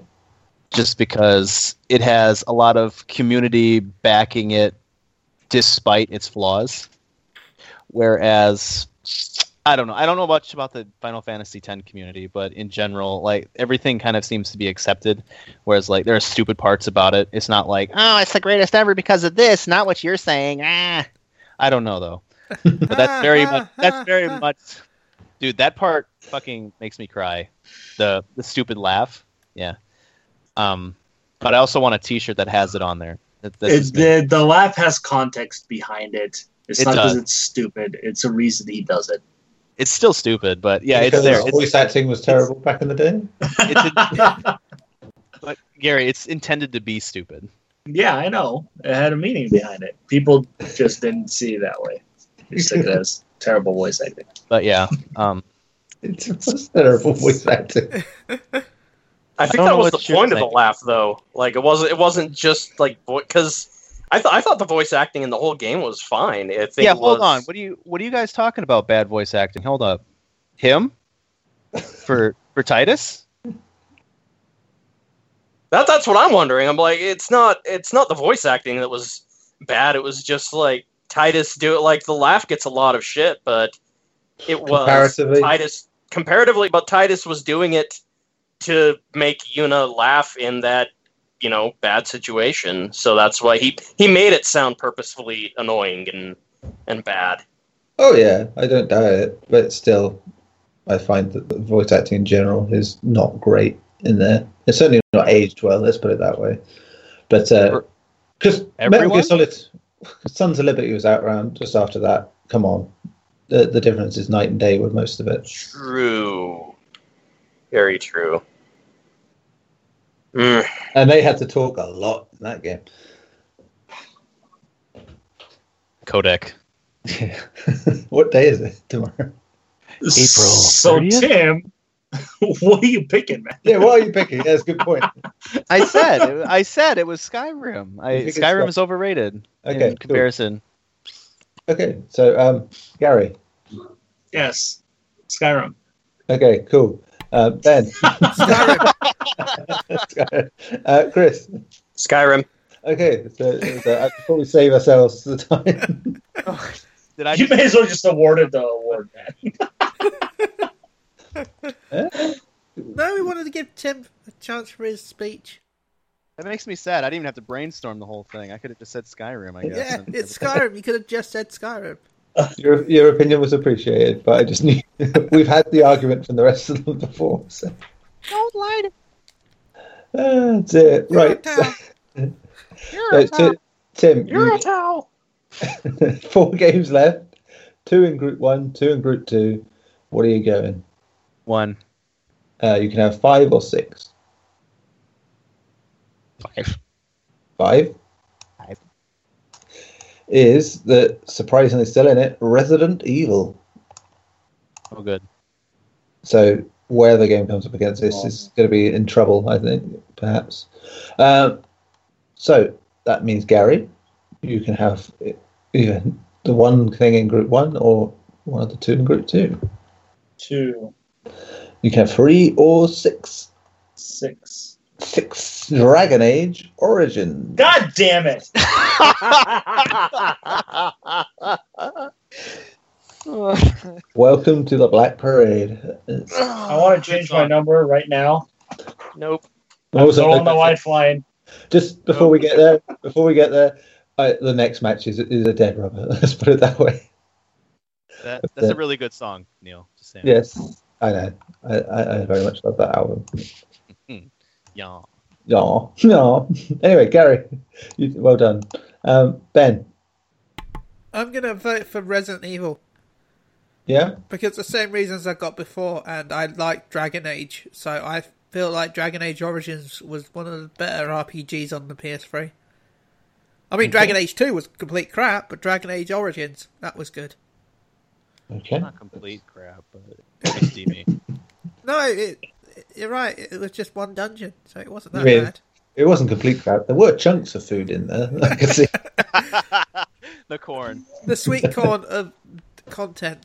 Speaker 4: just because it has a lot of community backing it despite its flaws. Whereas I don't know. I don't know much about the Final Fantasy X community, but in general, like everything kind of seems to be accepted. Whereas like there are stupid parts about it. It's not like, oh, it's the greatest ever because of this, not what you're saying. Ah. I don't know though. But that's very much that's very much dude, that part fucking makes me cry. The the stupid laugh. Yeah. Um but I also want a t shirt that has it on there. That, that's
Speaker 3: It,
Speaker 4: just me.
Speaker 3: the, the laugh has context behind it. It's
Speaker 4: It
Speaker 3: not because
Speaker 4: does.
Speaker 3: it's stupid. It's a reason he does it.
Speaker 4: it's still stupid, but yeah, it's
Speaker 1: Because
Speaker 4: there.
Speaker 1: Voice
Speaker 4: It's,
Speaker 1: acting was terrible back in the day.
Speaker 4: It's- but Gary, it's intended to be stupid.
Speaker 3: yeah, I know. It had a meaning behind it. People just didn't see it that way. They Just think that's terrible voice acting.
Speaker 4: But yeah. Um
Speaker 1: It was terrible voice acting.
Speaker 6: I
Speaker 4: I
Speaker 6: think
Speaker 4: don't
Speaker 6: that
Speaker 4: know
Speaker 6: was
Speaker 4: what
Speaker 6: the
Speaker 4: you're
Speaker 6: point of the
Speaker 4: thinking.
Speaker 6: laugh, though. Like it wasn't. It wasn't just like because I thought I thought the voice acting in the whole game was fine. If it
Speaker 4: Yeah, hold
Speaker 6: was-
Speaker 4: on. What do you what are you guys talking about bad voice acting? Hold up. Him? For for Titus?
Speaker 6: That that's what I'm wondering. I'm like, it's not it's not the voice acting that was bad. It was just like Titus do it. Like the laugh gets a lot of shit, but it was
Speaker 1: Comparatively.
Speaker 6: Titus comparatively, but Titus was doing it to make Yuna laugh in that you know bad situation. So that's why he he made it sound purposefully annoying and and bad.
Speaker 1: Oh yeah, I don't doubt it, but still, I find that the voice acting in general is not great in there. It's certainly not aged well. Let's put it that way. But
Speaker 4: For
Speaker 1: because Metal Gear
Speaker 4: everyone?
Speaker 1: Solid Sons of Liberty was out around just after that. Come on, the the difference is night and day with most of it.
Speaker 6: True, very true. Mm.
Speaker 1: And they had to talk a lot in that game.
Speaker 4: Codec.
Speaker 1: what day is it tomorrow?
Speaker 3: So
Speaker 4: 30th?
Speaker 3: Tim, what are you picking, man?
Speaker 1: Yeah, what are you picking? Yeah, that's a good point.
Speaker 4: I said I said it was Skyrim. I,
Speaker 1: You think it's
Speaker 4: Skyrim
Speaker 1: Sky-
Speaker 4: is overrated
Speaker 1: Okay,
Speaker 4: in
Speaker 1: cool.
Speaker 4: comparison.
Speaker 1: Okay, so um, Gary,
Speaker 3: Yes, Skyrim.
Speaker 1: Okay, cool. Uh, ben.
Speaker 2: Skyrim.
Speaker 1: uh, Chris.
Speaker 6: Skyrim.
Speaker 1: Okay, so, so I could probably save ourselves the time.
Speaker 4: Did I
Speaker 3: you
Speaker 4: just-
Speaker 3: may as well just award it the award, man.
Speaker 2: No, we wanted to give Tim a chance for his speech.
Speaker 4: that makes me sad. I didn't even have to brainstorm the whole thing. I could have just said Skyrim, I guess.
Speaker 2: Yeah,
Speaker 4: and-
Speaker 2: it's Skyrim. You could have just said Skyrim.
Speaker 1: Your, your opinion was appreciated, but I just knew we've had the argument from the rest of them before. So. Uh,
Speaker 7: Don't lie to
Speaker 1: That's it. Right. So,
Speaker 7: you're
Speaker 1: so,
Speaker 7: a
Speaker 1: Ti- Tim, you-
Speaker 6: towel.
Speaker 1: four games left. Two in group one, two in group two. What are you going?
Speaker 4: One.
Speaker 1: Uh, you can have five or six.
Speaker 4: Five.
Speaker 1: Five.
Speaker 4: Five.
Speaker 1: Is that surprisingly still in it? Resident Evil.
Speaker 4: Oh, good.
Speaker 1: So where the game comes up against this is going to be in trouble, I think, perhaps. Um, so that means Gary, you can have it- either the one thing in Group One or one of the two in Group Two.
Speaker 3: Two,
Speaker 1: You can have three or six.
Speaker 3: six.
Speaker 1: Six Dragon Age Origin.
Speaker 3: God damn it!
Speaker 1: Welcome to the Black Parade. It's-
Speaker 3: I want to change my number right now.
Speaker 6: Nope.
Speaker 1: Also,
Speaker 3: Go on the lifeline.
Speaker 1: Just before we get there, before we get there, uh, the next match is is a dead rubber. Let's put it that way.
Speaker 4: That, that's a really good song, Neil. Just saying.
Speaker 1: Yes, I know. I, I, I very much love that album.
Speaker 4: Yeah.
Speaker 1: Yeah, yeah. Anyway, Gary, you, well done. Um, ben,
Speaker 2: I'm going to vote for Resident Evil
Speaker 1: yeah,
Speaker 2: because the same reasons I got before, and I like Dragon Age, so I feel like Dragon Age Origins was one of the better RPGs on the PS3. I mean, Dragon Age 2 was complete crap, but Dragon Age Origins, that was good.
Speaker 1: okay.
Speaker 4: Not complete crap, but it was steamy.
Speaker 2: No, it, it- you're right, it was just one dungeon, so it wasn't that
Speaker 1: Really?
Speaker 2: bad.
Speaker 1: It wasn't complete crap. There were chunks of food in there. I can see.
Speaker 4: the corn.
Speaker 2: The sweet corn of content.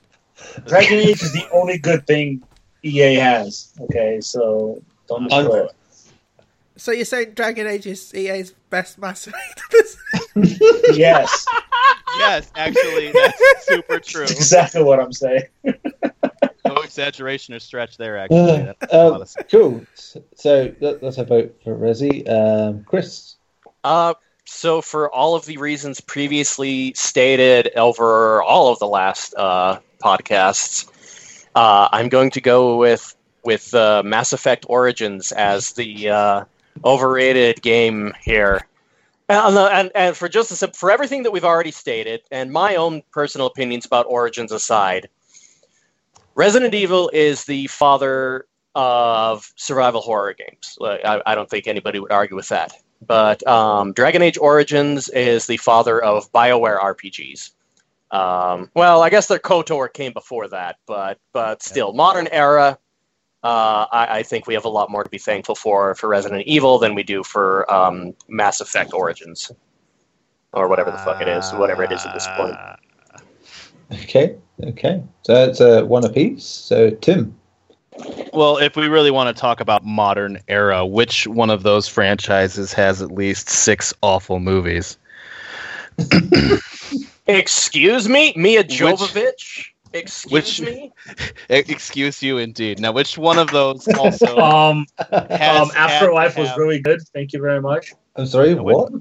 Speaker 3: Dragon Age is the only good thing EA has. Okay, so don't
Speaker 1: Un-
Speaker 3: destroy it.
Speaker 2: So you're saying Dragon Age is EA's best master? race?
Speaker 3: Yes,
Speaker 4: Yes, actually, that's super true.
Speaker 3: that's exactly what I'm saying.
Speaker 4: No exaggeration or stretch there, actually.
Speaker 6: Uh,
Speaker 4: That's a
Speaker 1: Um,
Speaker 4: lot of sense.
Speaker 1: cool. S- So that, that's a vote for Resi. Um, Chris,
Speaker 6: Uh, so for all of the reasons previously stated over all of the last uh, podcasts, uh, I'm going to go with with uh, Mass Effect Origins as the uh, overrated game here. Uh, And, and, and for just a, sim- for everything that we've already stated, and my own personal opinions about Origins aside, Resident Evil is the father of survival horror games. Like, I, I don't think anybody would argue with that but um, Dragon Age Origins is the father of Bioware RPGs. Um, well, I guess their KOTOR came before that, but but still, modern era. Uh, I, I think we have a lot more to be thankful for for Resident Evil than we do for um, Mass Effect Origins, or whatever the fuck it is, whatever it is at this point.
Speaker 4: Ah.
Speaker 1: okay, okay. So that's uh, one apiece. So Tim,
Speaker 4: Well, if we really want to talk about modern era, which one of those franchises has at least six awful movies?
Speaker 6: Excuse me, Mia Jovovich. Excuse
Speaker 4: which-
Speaker 6: me.
Speaker 4: E- Excuse you, indeed. Now, which one of those also
Speaker 3: Um,
Speaker 4: has
Speaker 3: um, Afterlife was
Speaker 4: had to
Speaker 3: really good. Thank you very much.
Speaker 1: I'm sorry,
Speaker 4: No,
Speaker 1: what?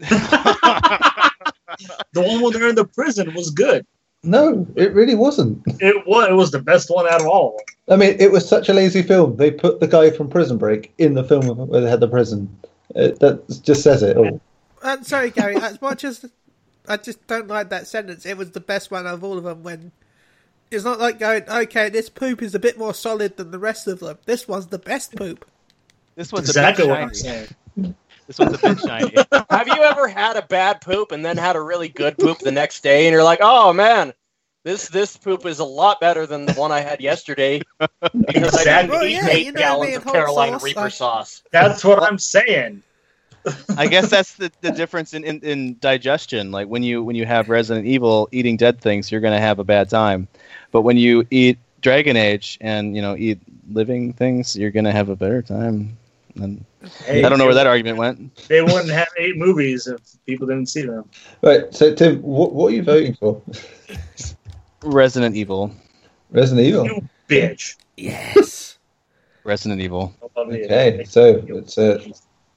Speaker 3: The one when they're in the prison was good.
Speaker 1: No, it really wasn't.
Speaker 3: It was it was the best one out of all.
Speaker 1: I mean, it was such a lazy film. They put the guy from Prison Break in the film where they had the prison. It, that just says it all.
Speaker 2: I'm Uh, sorry, Gary. As much as I just don't like that sentence, it was the best one of all of them. When it's not like going, okay, this poop is a bit more solid than the rest of them. This one's the best poop.
Speaker 4: This one's
Speaker 3: exactly
Speaker 4: a bit
Speaker 3: what
Speaker 4: shiny.
Speaker 3: I'm saying.
Speaker 4: This one's a bit shiny.
Speaker 6: Have you ever had a bad poop and then had a really good poop the next day, and you're like, "Oh man, this this poop is a lot better than the one I had yesterday because I didn't
Speaker 3: Exactly.
Speaker 2: Well,
Speaker 6: eat
Speaker 2: yeah,
Speaker 6: eight
Speaker 2: you know me
Speaker 6: gallons
Speaker 2: and
Speaker 6: of
Speaker 2: hot
Speaker 6: Carolina
Speaker 2: sauce,
Speaker 6: Reaper
Speaker 2: I-
Speaker 6: sauce."
Speaker 3: That's what I'm saying.
Speaker 4: I guess that's the, the difference in, in, in digestion. Like when you when you have Resident Evil eating dead things, you're gonna have a bad time. But when you eat Dragon Age and you know eat living things, you're gonna have a better time. And
Speaker 3: Hey,
Speaker 4: I don't
Speaker 3: they-
Speaker 4: know where that argument went.
Speaker 3: They wouldn't have eight movies if people didn't see them.
Speaker 1: Right. So Tim, what, what are you voting for?
Speaker 4: Resident Evil.
Speaker 1: Resident Evil.
Speaker 3: You bitch.
Speaker 2: Yes.
Speaker 4: Resident Evil.
Speaker 1: Okay. So it's a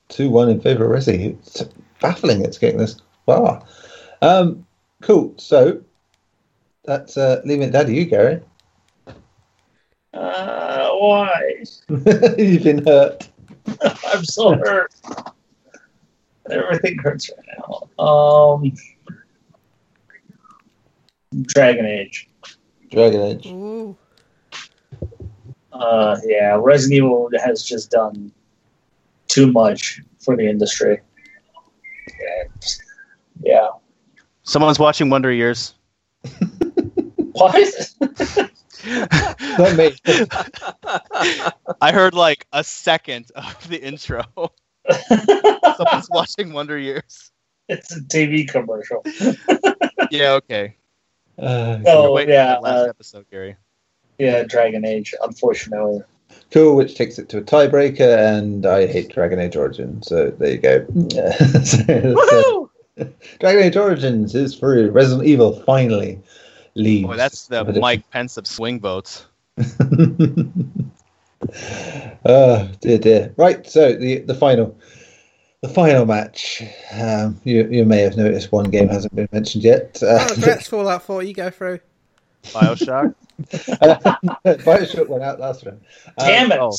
Speaker 1: two one in favor of Resi. It's baffling. It's getting this far. Um, cool. So that's uh, leaving it down to you, Gary.
Speaker 3: Uh, why?
Speaker 1: You've been hurt.
Speaker 3: I'm so hurt. Everything hurts right now. Um, Dragon Age.
Speaker 1: Dragon Age.
Speaker 2: Ooh.
Speaker 3: Uh, yeah, Resident Evil has just done too much for the industry. And, yeah.
Speaker 4: Someone's watching Wonder Years.
Speaker 3: What?
Speaker 1: Not me.
Speaker 4: I heard like a second of the intro. Someone's watching Wonder Years.
Speaker 3: it's a TV commercial.
Speaker 4: Yeah, okay.
Speaker 1: Uh,
Speaker 3: No. Oh,
Speaker 4: Wait,
Speaker 3: yeah,
Speaker 4: Last
Speaker 3: uh,
Speaker 4: episode, Gary.
Speaker 3: Yeah, Dragon Age, unfortunately.
Speaker 1: Cool, which takes it to a tiebreaker, and I hate Dragon Age Origins, so there you go. So, so,
Speaker 7: Woohoo!
Speaker 1: Dragon Age Origins is through. Resident Evil finally leaves.
Speaker 4: Boy, that's the
Speaker 1: But it-
Speaker 4: Mike Pence of swing votes.
Speaker 1: oh dear, dear. Right, so the the final, the final match. Um, you you may have noticed one game hasn't been mentioned yet.
Speaker 2: Oh,
Speaker 1: Uh,
Speaker 2: that's Fallout 4. You go through.
Speaker 4: Bioshock.
Speaker 1: Uh, Bioshock went out last round. Um,
Speaker 3: Damn it!
Speaker 4: oh.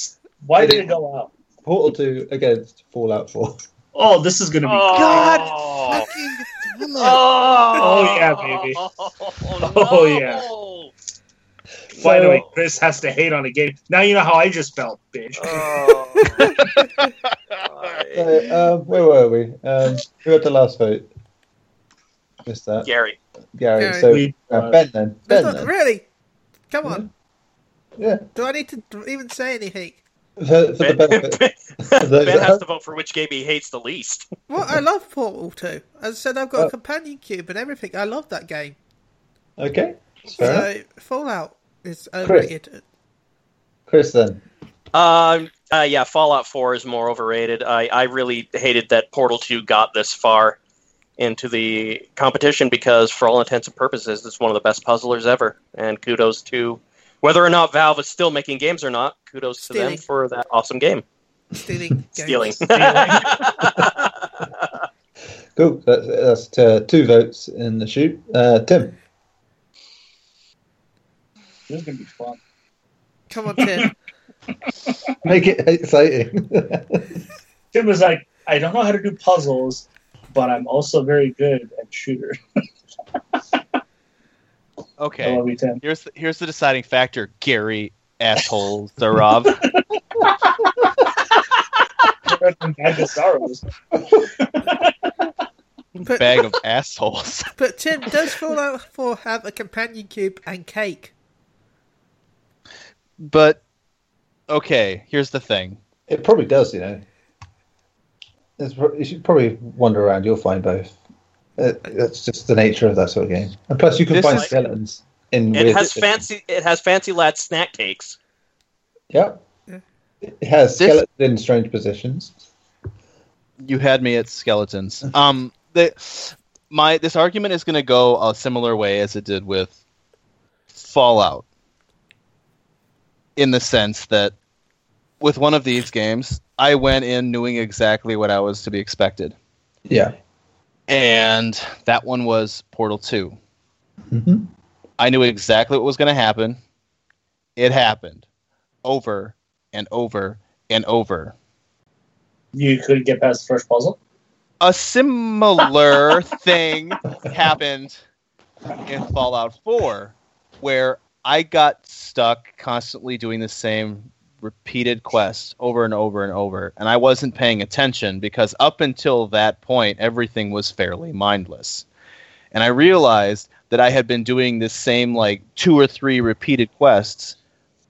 Speaker 3: Why
Speaker 1: It
Speaker 3: did
Speaker 1: is-
Speaker 3: it go out?
Speaker 1: Portal Two against Fallout Four.
Speaker 3: Oh, this is gonna be.
Speaker 6: Oh,
Speaker 4: God!
Speaker 6: Oh,
Speaker 3: yeah, baby.
Speaker 6: Oh,
Speaker 3: Oh,
Speaker 6: no.
Speaker 3: Finally, Chris has to hate on a game. Now you know how I just felt, bitch.
Speaker 6: Oh.
Speaker 1: So, um, where were we? Um, who had the last vote? Missed that.
Speaker 6: Gary.
Speaker 1: Gary.
Speaker 2: Gary.
Speaker 1: So
Speaker 3: We-
Speaker 1: uh, Ben then. Ben
Speaker 2: That's not,
Speaker 1: then.
Speaker 2: really? Come on.
Speaker 1: Yeah.
Speaker 2: Do I need to even say anything?
Speaker 1: For, for the
Speaker 6: Ben,
Speaker 1: benefit.
Speaker 6: Ben-
Speaker 1: those
Speaker 6: Ben
Speaker 1: that
Speaker 6: has
Speaker 1: have-
Speaker 6: to vote for which game he hates the least.
Speaker 2: Well, I love Portal 2. As I said, I've got
Speaker 1: Oh.
Speaker 2: a companion cube and everything. I love that game.
Speaker 1: Okay. Fair enough.
Speaker 2: So, Fallout is overrated.
Speaker 1: Chris then.
Speaker 6: Um, uh, yeah, Fallout 4 is more overrated. I, I really hated that Portal 2 got this far into the competition because, for all intents and purposes, it's one of the best puzzlers ever. And kudos to whether or not Valve is still making games or not, kudos to
Speaker 2: Stealing.
Speaker 6: them for that awesome game.
Speaker 2: Stealing. games.
Speaker 6: Stealing.
Speaker 1: Cool. That's, that's uh, two votes in the shoot. Uh, Tim.
Speaker 3: This is gonna be fun.
Speaker 2: Come on, Tim.
Speaker 1: Make it exciting.
Speaker 3: Tim was like, I don't know how to do puzzles, but I'm also very good at shooters. I
Speaker 4: Okay.
Speaker 3: love you, Tim.
Speaker 4: Here's the, here's the deciding factor, Gary asshole Zarov.
Speaker 3: I just sorrows.
Speaker 2: But,
Speaker 4: Bag of assholes.
Speaker 2: but Tim, does Fallout 4 have a companion cube and cake?
Speaker 4: But okay, here's the thing.
Speaker 1: it probably does, you know. It's, pro- you should probably wander around. You'll find both. Uh, that's just the nature of that sort of game. And plus, you can
Speaker 4: This
Speaker 1: find
Speaker 4: is-
Speaker 1: skeletons in.
Speaker 6: it
Speaker 1: weird-
Speaker 6: has fancy. It has fancy lad snack cakes.
Speaker 1: Yeah.
Speaker 2: Yeah.
Speaker 1: It has
Speaker 4: This-
Speaker 1: skeletons in strange positions.
Speaker 4: You had me at skeletons. Um, the, my this argument is going to go a similar way as it did with Fallout, in the sense that with one of these games, I went in knowing exactly what I was to be expected,
Speaker 1: Yeah.
Speaker 4: and that one was Portal Two.
Speaker 1: hmm
Speaker 4: I knew exactly what was going to happen. It happened over and over and over.
Speaker 3: You couldn't get past the first puzzle.
Speaker 4: A similar thing happened in Fallout 4 where I got stuck constantly doing the same repeated quests over and over and over and I wasn't paying attention because up until that point everything was fairly mindless. And I realized that I had been doing this same like two or three repeated quests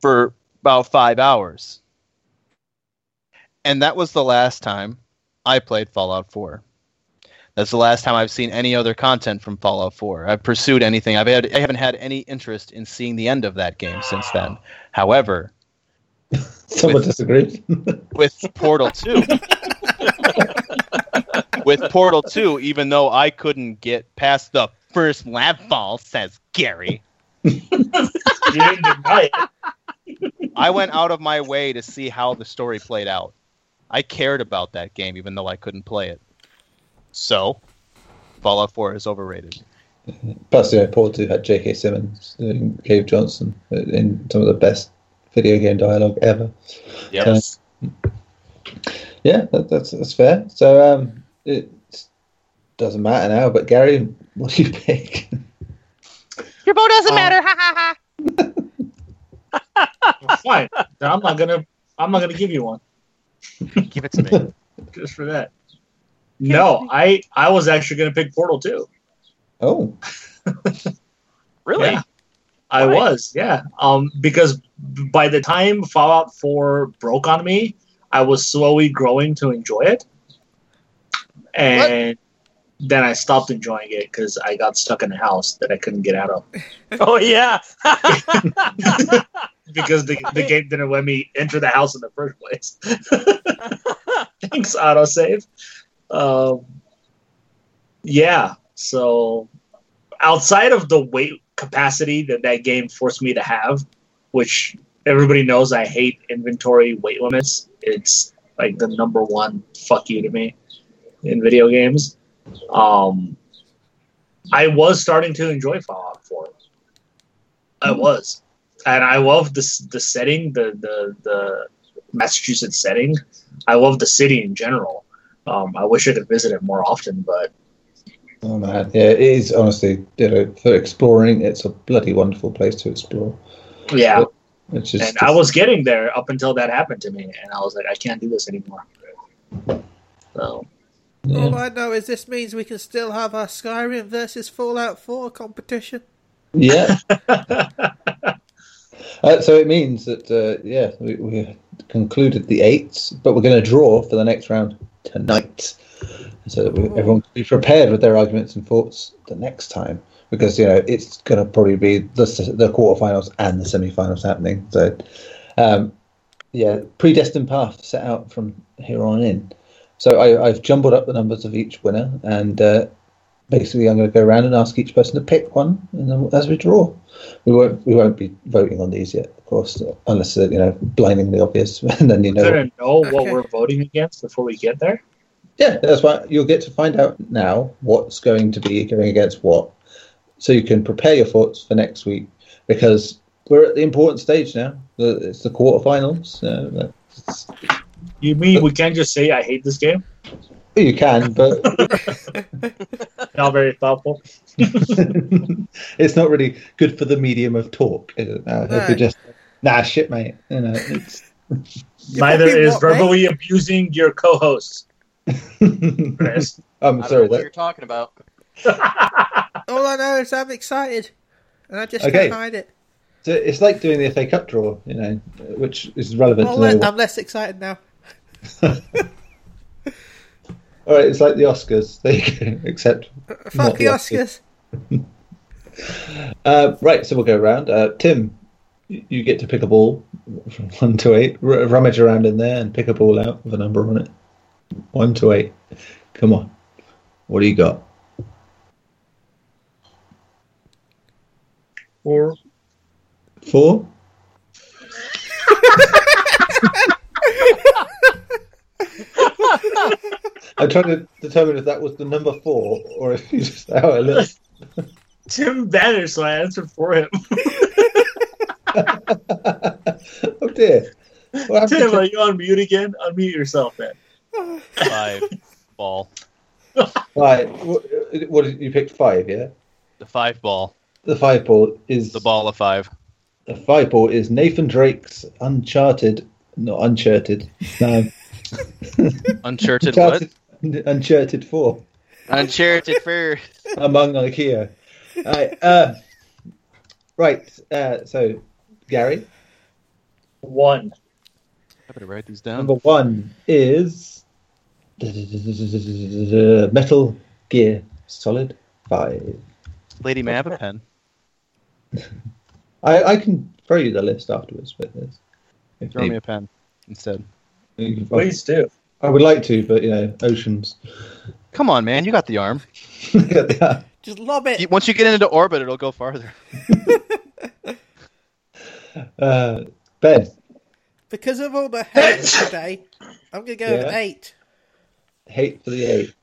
Speaker 4: for about 5 hours. And that was the last time I played Fallout 4. That's the last time I've seen any other content from Fallout 4. I've pursued anything. I've had I haven't had any interest in seeing the end of that game since then. However,
Speaker 1: Someone disagrees.
Speaker 4: with Portal 2. with Portal 2, even though I couldn't get past the first lab fall, says Gary,
Speaker 3: You didn't deny it.
Speaker 4: I went out of my way to see how the story played out. I cared about that game, even though I couldn't play it. So, Fallout 4 is overrated.
Speaker 1: Plus, you know, Portal 2 had J.K. Simmons doing Cave Johnson in some of the best video game dialogue ever.
Speaker 5: Yes.
Speaker 1: Yeah, that, that's that's fair. So um, it doesn't matter now. But Gary, what do you pick?
Speaker 7: Your bow doesn't
Speaker 3: Um,
Speaker 7: matter. Ha ha ha.
Speaker 3: Fine. Then I'm not gonna. I'm not gonna give you one
Speaker 4: Give it to me.
Speaker 3: just for that. No, I I was actually gonna pick Portal 2.
Speaker 1: oh,
Speaker 6: Really?
Speaker 3: Yeah. I
Speaker 6: Why?
Speaker 3: was, yeah. Um, because by the time Fallout 4 broke on me, I was slowly growing to enjoy it. And then I stopped enjoying it because I got stuck in a house that I couldn't get out of
Speaker 6: Oh yeah.
Speaker 3: because the, the game didn't let me enter the house in the first place. Thanks, autosave. Um, yeah, so outside of the weight capacity that that game forced me to have, which everybody knows I hate inventory weight limits, it's like the number one fuck you to me in video games. Um, I was starting to enjoy Fallout 4. I was and I love this the setting, the the the Massachusetts setting. I love the city in general. Um, I wish I could visit it more often, but
Speaker 1: oh man, yeah, it is honestly you know for exploring. It's a bloody wonderful place to explore.
Speaker 3: yeah.
Speaker 1: It's just
Speaker 3: And I was getting there up until that happened to me, and I was like, I can't do this anymore. So
Speaker 1: yeah.
Speaker 2: All I know is this means we can still have our Skyrim versus Fallout 4 competition.
Speaker 1: Yeah. Uh, so it means that uh, yeah, we, we concluded the eights, but we're going to draw for the next round tonight, so that we, everyone can be prepared with their arguments and thoughts the next time. Because you know it's going to probably be the s- the quarterfinals and the semifinals happening. So um, yeah, predestined path set out from here on in. So I, I've jumbled up the numbers of each winner, and uh, basically I'm going to go around and ask each person to pick one, and then as we draw, we won't we won't be voting on these yet, of course, unless uh, you know blindingly obvious, and then you
Speaker 3: we're
Speaker 1: know.
Speaker 3: gonna know what
Speaker 2: Okay.
Speaker 3: we're voting against before we get there.
Speaker 1: Yeah, that's why you'll get to find out now what's going to be going against what, so you can prepare your thoughts for next week because we're at the important stage now. The- It's the quarterfinals. Uh, it's-
Speaker 3: You mean we can't just say I hate this game?
Speaker 1: you can, but
Speaker 3: Not very thoughtful.
Speaker 1: it's not really good for the medium of talk, is it? Now, if
Speaker 2: No.
Speaker 1: you just nah, shit, mate. You know, it's,
Speaker 3: Neither
Speaker 2: fucking
Speaker 3: is
Speaker 2: what,
Speaker 3: verbally abusing your co-host, Chris.
Speaker 1: I'm
Speaker 5: I don't
Speaker 1: sorry.
Speaker 5: know what
Speaker 1: That,
Speaker 5: you're talking about.
Speaker 2: All I know is I'm excited. And I just
Speaker 1: Okay.
Speaker 2: can't hide it.
Speaker 1: so it's like doing the FA Cup draw, you know, which is relevant
Speaker 2: Well,
Speaker 1: to no
Speaker 2: I'm
Speaker 1: one.
Speaker 2: I'm less excited now.
Speaker 1: All right, it's like the Oscars. There you go. Except
Speaker 2: Fuck the
Speaker 1: the
Speaker 2: Oscars.
Speaker 1: Uh, right, so we'll go around. Uh, Tim, y- you get to pick a ball from one to eight. R- rummage around in there and pick a ball out with a number on it. One to eight. Come on. What do you got?
Speaker 3: Or
Speaker 1: Four? I'm trying to determine if that was the number four or if you just how I look.
Speaker 3: Tim Banner, so I answered for him.
Speaker 1: oh dear. What happened
Speaker 3: Tim,
Speaker 1: to-
Speaker 3: are you on mute again? Unmute yourself, man.
Speaker 4: Five ball.
Speaker 1: Right. What, what did you pick? Five, yeah.
Speaker 4: The five ball.
Speaker 1: The five ball is
Speaker 4: The ball of five.
Speaker 1: The five ball is Nathan Drake's Uncharted, not Uncharted, no,
Speaker 4: Uncharted what?
Speaker 1: Uncharted, Uncharted Four
Speaker 4: Uncharted for
Speaker 1: among IKEA. Right, uh, right. Uh, so Gary,
Speaker 3: One.
Speaker 4: I better write these down.
Speaker 1: number one is Metal Gear Solid Five.
Speaker 4: Lady Mabapen.
Speaker 1: I, I can throw you the list afterwards, but there's, if
Speaker 4: Throw
Speaker 1: you-
Speaker 4: me a pen instead.
Speaker 1: you can find-
Speaker 3: Please do.
Speaker 1: I would like to, but you know, oceans.
Speaker 4: Come on, man. You got the arm.
Speaker 1: um,
Speaker 2: Just lob it.
Speaker 4: You- Once you get into orbit, it'll go farther.
Speaker 1: uh, ben,
Speaker 2: Because of all the hate today, I'm going to go with
Speaker 1: Yeah.
Speaker 2: an eight.
Speaker 1: hate for the eight.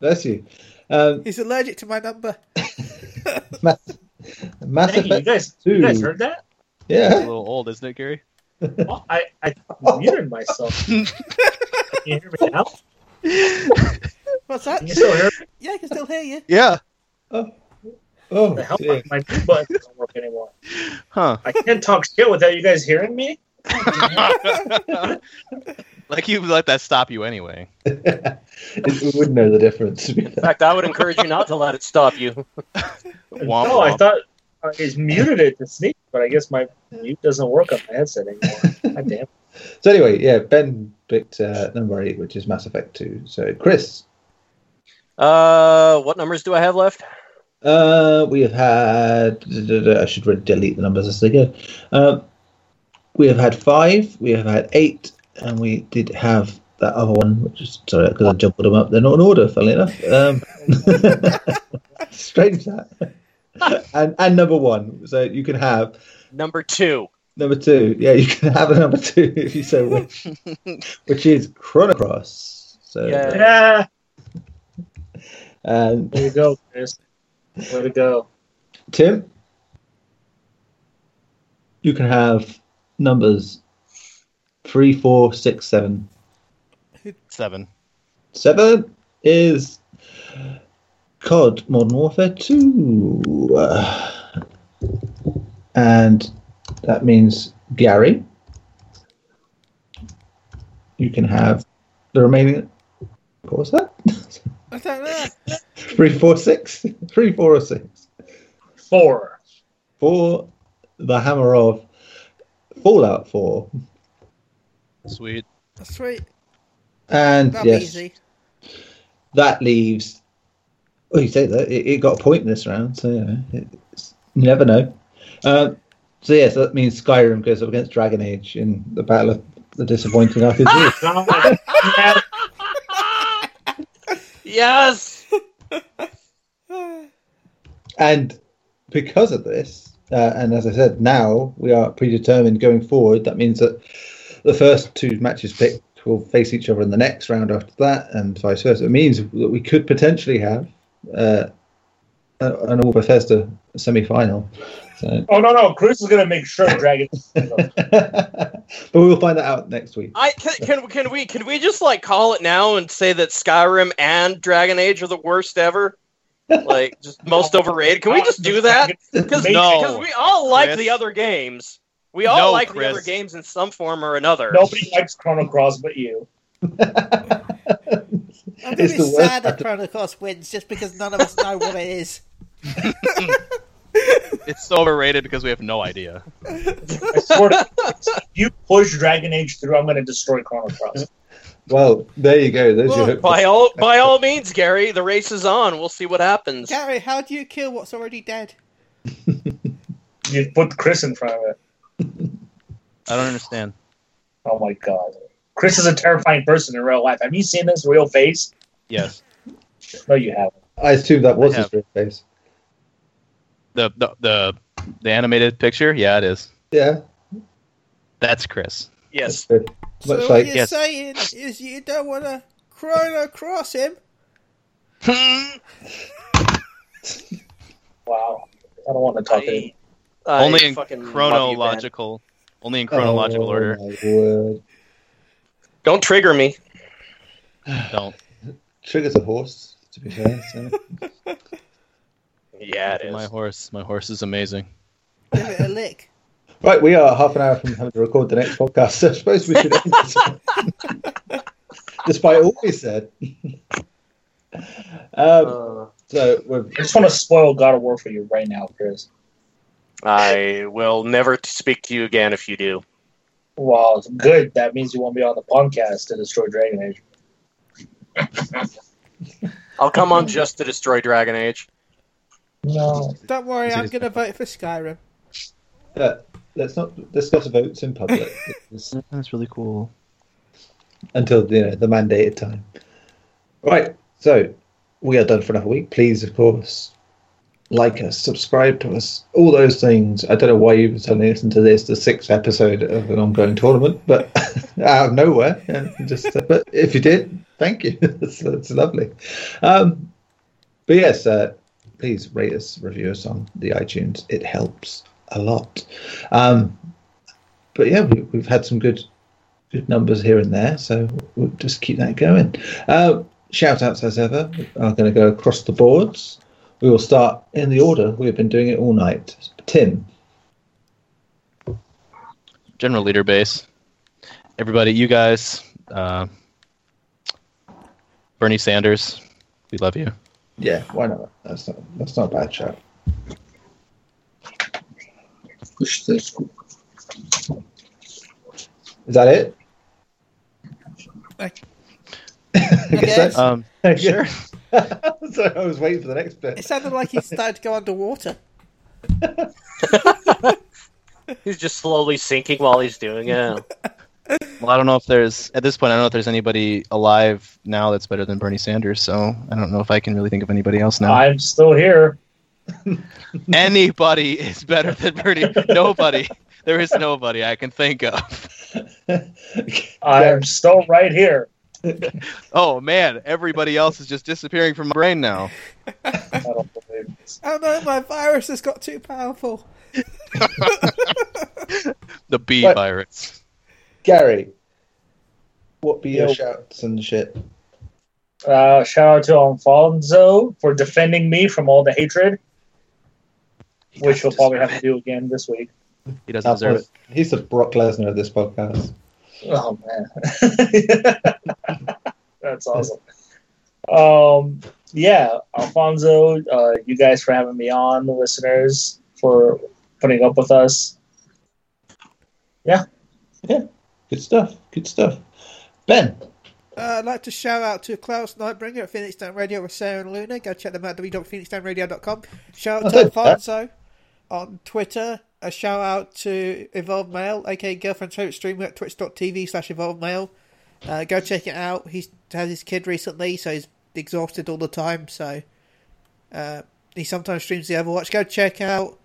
Speaker 1: Bless you. Um,
Speaker 2: He's allergic to my number.
Speaker 1: Mass, Mass
Speaker 3: Thank you. You
Speaker 1: Effect.
Speaker 3: guys, you guys heard that?
Speaker 4: It's a
Speaker 1: Yeah.
Speaker 4: little old, isn't it, Gary?
Speaker 3: Well, I, I muted myself. Can you hear me now?
Speaker 2: What's that?
Speaker 3: Can you still hear me?
Speaker 2: Yeah, I can still hear you.
Speaker 4: Yeah.
Speaker 1: Oh,
Speaker 3: The hell?
Speaker 1: dear.
Speaker 3: My mute button doesn't work anymore.
Speaker 4: Huh.
Speaker 3: I can't talk shit without you guys hearing me.
Speaker 4: like you let that stop you anyway.
Speaker 1: we wouldn't know the difference.
Speaker 6: In fact, I would encourage you not to let it stop you.
Speaker 4: Womp
Speaker 3: no, I
Speaker 4: womp.
Speaker 3: thought I just muted it to sneak, but I guess my mute doesn't work on my headset anymore. God damn.
Speaker 1: so anyway, yeah, Ben picked uh, number eight, which is Mass Effect Two. So Chris,
Speaker 6: Uh, what numbers do I have left?
Speaker 1: uh, we have had. I should re- delete the numbers as they go. Um, we have had five. We have had eight, and we did have that other one, which is sorry because I jumbled them up. They're not in order, funnily enough. Um, strange that. and and number one, so you can have
Speaker 6: Number two.
Speaker 1: Number two, yeah, you can have a number two if you so wish, which is Chronocross. So,
Speaker 6: Yeah.
Speaker 3: Yeah,
Speaker 1: um,
Speaker 3: way to go, Chris. Way to go.
Speaker 1: Tim, you can have numbers three, four, six, seven.
Speaker 4: Seven.
Speaker 1: Seven is COD Modern Warfare 2. Uh, and that means Gary. You can have the remaining. What was that?
Speaker 2: I don't know.
Speaker 1: Three, four, six. Three, four, or six.
Speaker 3: Four.
Speaker 1: For the hammer of Fallout 4.
Speaker 4: Sweet.
Speaker 2: That's sweet.
Speaker 1: And
Speaker 2: That'll
Speaker 1: yes,
Speaker 2: be easy.
Speaker 1: that leaves. Oh, you say that it, it got a point this round, so yeah, it's, you never know. Um, so yes, that means Skyrim goes up against Dragon Age in the battle of the disappointing RPG.
Speaker 3: Yeah,
Speaker 6: Yes.
Speaker 1: and because of this, uh, and as I said, now we are predetermined going forward. That means that the first two matches picked will face each other in the next round after that, and vice versa. It means that we could potentially have uh, a- an all Bethesda semi-final. So.
Speaker 3: Oh no, no. Chris is gonna make sure Dragon.
Speaker 1: but we'll find that out next week.
Speaker 6: I can, can can we can we just like call it now and say that Skyrim and Dragon Age are the worst ever? Like just most overrated. Can we just do that? Because
Speaker 4: No.
Speaker 6: we all like
Speaker 4: Chris.
Speaker 6: the other games. We all
Speaker 4: No,
Speaker 6: like
Speaker 4: Chris.
Speaker 6: the other games in some form or another.
Speaker 3: Nobody likes Chrono Cross but you.
Speaker 2: I'm
Speaker 1: It's
Speaker 2: really
Speaker 1: the worst
Speaker 2: sad that Chrono Cross wins just because none of us know what it is.
Speaker 4: It's so overrated because we have no idea.
Speaker 3: I swear to you push Dragon Age through, I'm gonna destroy Chrono Cross.
Speaker 1: Well, there you go. There's
Speaker 2: Well,
Speaker 1: your hook.
Speaker 6: By all by all means, Gary, the race is on. We'll see what happens.
Speaker 2: Gary, how do you kill what's already dead?
Speaker 3: You put Chris in front of it.
Speaker 4: I don't understand.
Speaker 3: Oh my god. Chris is a terrifying person in real life. Have you seen his real face?
Speaker 4: Yes.
Speaker 3: No, you haven't.
Speaker 1: I assume that was
Speaker 4: I
Speaker 1: his
Speaker 4: have.
Speaker 1: real face.
Speaker 4: The, the the the animated picture? Yeah, it is.
Speaker 1: Yeah.
Speaker 4: That's Chris.
Speaker 1: that's
Speaker 6: Yes.
Speaker 1: good. Much
Speaker 2: so
Speaker 1: like-
Speaker 2: what you're
Speaker 4: Yes.
Speaker 2: saying is you don't want to Chrono Cross him.
Speaker 6: Hmm?
Speaker 3: Wow. I don't want to talk to
Speaker 6: I,
Speaker 3: him.
Speaker 6: I
Speaker 4: only in
Speaker 6: fucking love you, Ben.
Speaker 4: chronological only in chronological
Speaker 1: Oh,
Speaker 4: order.
Speaker 1: my word.
Speaker 6: Don't trigger me.
Speaker 4: Don't.
Speaker 1: Trigger's a horse, to be fair. So.
Speaker 6: Yeah, it is.
Speaker 4: My horse. My horse is amazing.
Speaker 2: Give it a lick.
Speaker 1: right, we are half an hour from having to record the next podcast, so I suppose we should end this one. Despite all we said. um,
Speaker 6: Uh,
Speaker 1: so we're
Speaker 3: I just want to spoil God of War for you right now, Chris.
Speaker 6: I will never t- speak to you again if you do.
Speaker 3: Wow, good. That means you won't be on the podcast to destroy Dragon Age.
Speaker 6: I'll come on just to destroy Dragon Age.
Speaker 3: No.
Speaker 2: Don't worry,
Speaker 4: Is it
Speaker 2: I'm
Speaker 4: his-
Speaker 2: going to vote for Skyrim.
Speaker 1: Uh, let's not discuss votes in public It's-
Speaker 4: That's really cool.
Speaker 1: until you know, the mandated time. Right, so we are done for another week. Please, of course, like us, subscribe to us, all those things. I don't know why you suddenly listen to this, the sixth episode of an ongoing tournament, but out of nowhere. yeah, just uh, but if you did, thank you. it's, it's lovely. Um, but yes, uh, please rate us, review us on the iTunes. It helps a lot. Um, but yeah, we, we've had some good good numbers here and there, so we'll just keep that going. Uh, shout outs as ever are going to go across the boards. We will start in the order we have been doing it all night. Tim,
Speaker 4: General leader base. Everybody, you guys, uh, Bernie Sanders, we love you.
Speaker 1: yeah, why not? That's not that's not a bad shout.
Speaker 3: Push this.
Speaker 1: Is that it?
Speaker 2: I-
Speaker 1: I
Speaker 2: guess.
Speaker 1: that-
Speaker 4: Um, sure.
Speaker 1: so I was waiting for the next
Speaker 2: It
Speaker 1: bit.
Speaker 2: sounded like he started to go underwater.
Speaker 6: He's just slowly sinking while he's doing it.
Speaker 4: Well, I don't know if there's at this point. I don't know if there's anybody alive now that's better than Bernie Sanders. So I don't know if I can really think of anybody else now.
Speaker 3: I'm still here.
Speaker 4: anybody is better than Bernie. nobody. There is nobody I can think of.
Speaker 1: Gareth,
Speaker 3: I'm still right here.
Speaker 4: Oh man, everybody else is just disappearing from my brain now.
Speaker 3: I don't believe this.
Speaker 2: Oh no, my virus has got too powerful.
Speaker 4: The B
Speaker 1: What?
Speaker 4: virus.
Speaker 1: Gary, what be your
Speaker 3: Yo.
Speaker 1: shouts and shit?
Speaker 3: Uh, shout out to Alfonso for defending me from all the hatred,
Speaker 4: He
Speaker 3: which
Speaker 4: doesn't
Speaker 3: we'll probably
Speaker 4: deserve
Speaker 3: have to
Speaker 4: it.
Speaker 3: do again this week.
Speaker 4: He doesn't deserve it.
Speaker 1: He's the Brock Lesnar of this podcast.
Speaker 3: Oh man, that's awesome. Um, yeah, Alfonso, uh, you guys for having me on, the listeners for putting up with us.
Speaker 1: Good stuff. Good stuff. Ben,
Speaker 2: Uh, I'd like to shout out to Klaus Nightbringer at Phoenix Down Radio with Sarah and Luna. Go check them out www.phoenixdownradio.com. Shout out
Speaker 1: Oh,
Speaker 2: to
Speaker 1: that-
Speaker 2: Alfonso on Twitter. A shout out to Evolved Mail, aka Girlfriend's Favorite Streamer at twitch.tv slash Evolved Mail. Uh, go check it out. He's had his kid recently, so he's exhausted all the time. So uh, he sometimes streams the Overwatch. Go check out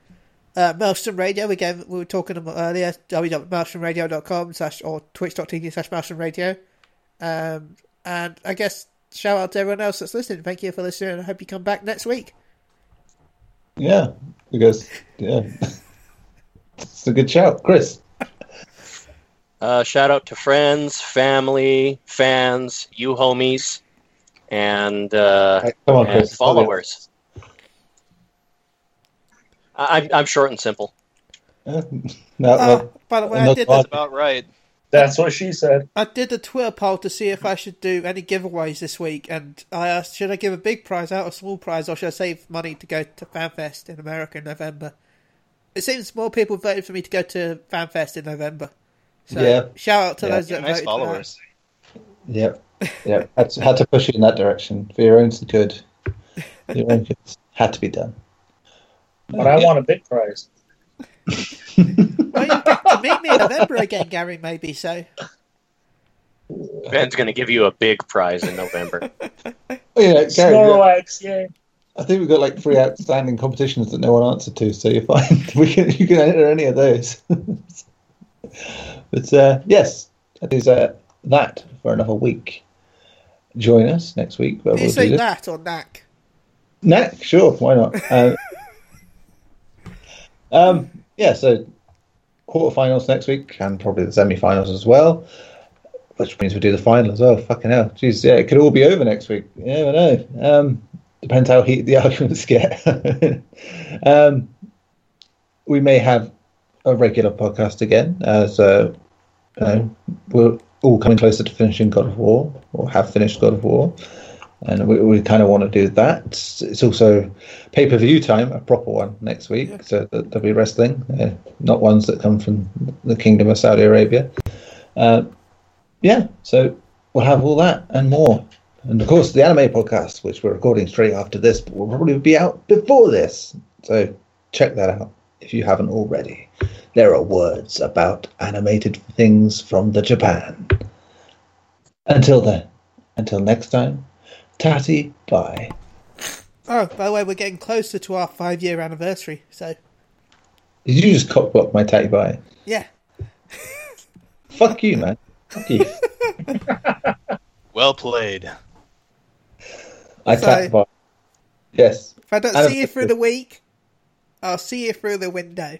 Speaker 2: uh, Maelstrom Radio. Again, we were talking about earlier. www.maelstromradio.com slash or twitch.tv slash Maelstrom Radio. Um, and I guess shout out to everyone else that's listening. Thank you for listening. and I hope you come back next week.
Speaker 1: Yeah, because yeah, it's a good shout, Chris.
Speaker 6: Uh, shout out to friends, family, fans, you homies, and uh,
Speaker 1: Come on,
Speaker 6: and
Speaker 1: Chris. follow it.
Speaker 6: followers. I- I'm, I'm short and simple.
Speaker 1: Yeah. No,
Speaker 2: Oh,
Speaker 1: no.
Speaker 2: by the way, I
Speaker 1: Uh, another
Speaker 2: did,
Speaker 1: one.
Speaker 2: the,
Speaker 4: That's about right.
Speaker 3: That's what she said.
Speaker 2: I did the Twitter poll to see if I should do any giveaways this week, and I asked, should I give a big prize out, a small prize, or should I save money to go to FanFest in America in November? It seems more people voted for me to go to FanFest in November. So
Speaker 1: Yeah.
Speaker 2: shout out to
Speaker 1: Yeah.
Speaker 2: those that
Speaker 4: Nice
Speaker 2: voted for that.
Speaker 4: followers.
Speaker 1: Yep, yep. Had to, had to push you in that direction for your own good. Your own good. Had to be done.
Speaker 3: But I want a big prize.
Speaker 2: Well, you get Oh, to meet me in November again, Gary, maybe, so
Speaker 6: Ben's going to give you a big prize in November.
Speaker 1: Oh, yeah, Gary. yeah.
Speaker 3: Snorlax, yay!
Speaker 1: I think we've got like three outstanding competitions that no one answered to, so you're fine. we can you can enter any of those. but uh, yes, that is uh, that for another week. Join us next week. Where
Speaker 2: do you
Speaker 1: we'll
Speaker 2: say
Speaker 1: do this.
Speaker 2: that or knack?
Speaker 1: Knack, sure, why not? Uh, um, yeah, so quarterfinals next week and probably the semi-finals as well, which means we do the final as well. Fucking hell, jeez, yeah, it could all be over next week. You never know. Um, depends how heated the arguments get. um, we may have a regular podcast again, uh, so uh, we're all coming closer to finishing God of War or have finished God of War and we, we kind of want to do that. It's also pay per view time, a proper one next week. So th- there'll be wrestling, uh, not ones that come from the Kingdom of Saudi Arabia. Uh, yeah, so we'll have all that and more. And of course, the anime podcast, which we're recording straight after this, but will probably be out before this. So check that out if you haven't already. There are words about animated things from the Japan. Until then, until next time, tatty bye.
Speaker 2: Oh, by the way, we're getting closer to our five year anniversary, so
Speaker 1: Did you just cockblock my tatty bye?
Speaker 2: yeah.
Speaker 1: Fuck you, man. Fuck you.
Speaker 4: Well played.
Speaker 1: I
Speaker 2: So-
Speaker 1: tatty bye. Yes.
Speaker 2: If I don't
Speaker 1: And-
Speaker 2: see you through the week, I'll see you through the window.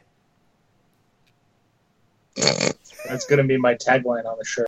Speaker 3: That's going to be my tagline on the shirt.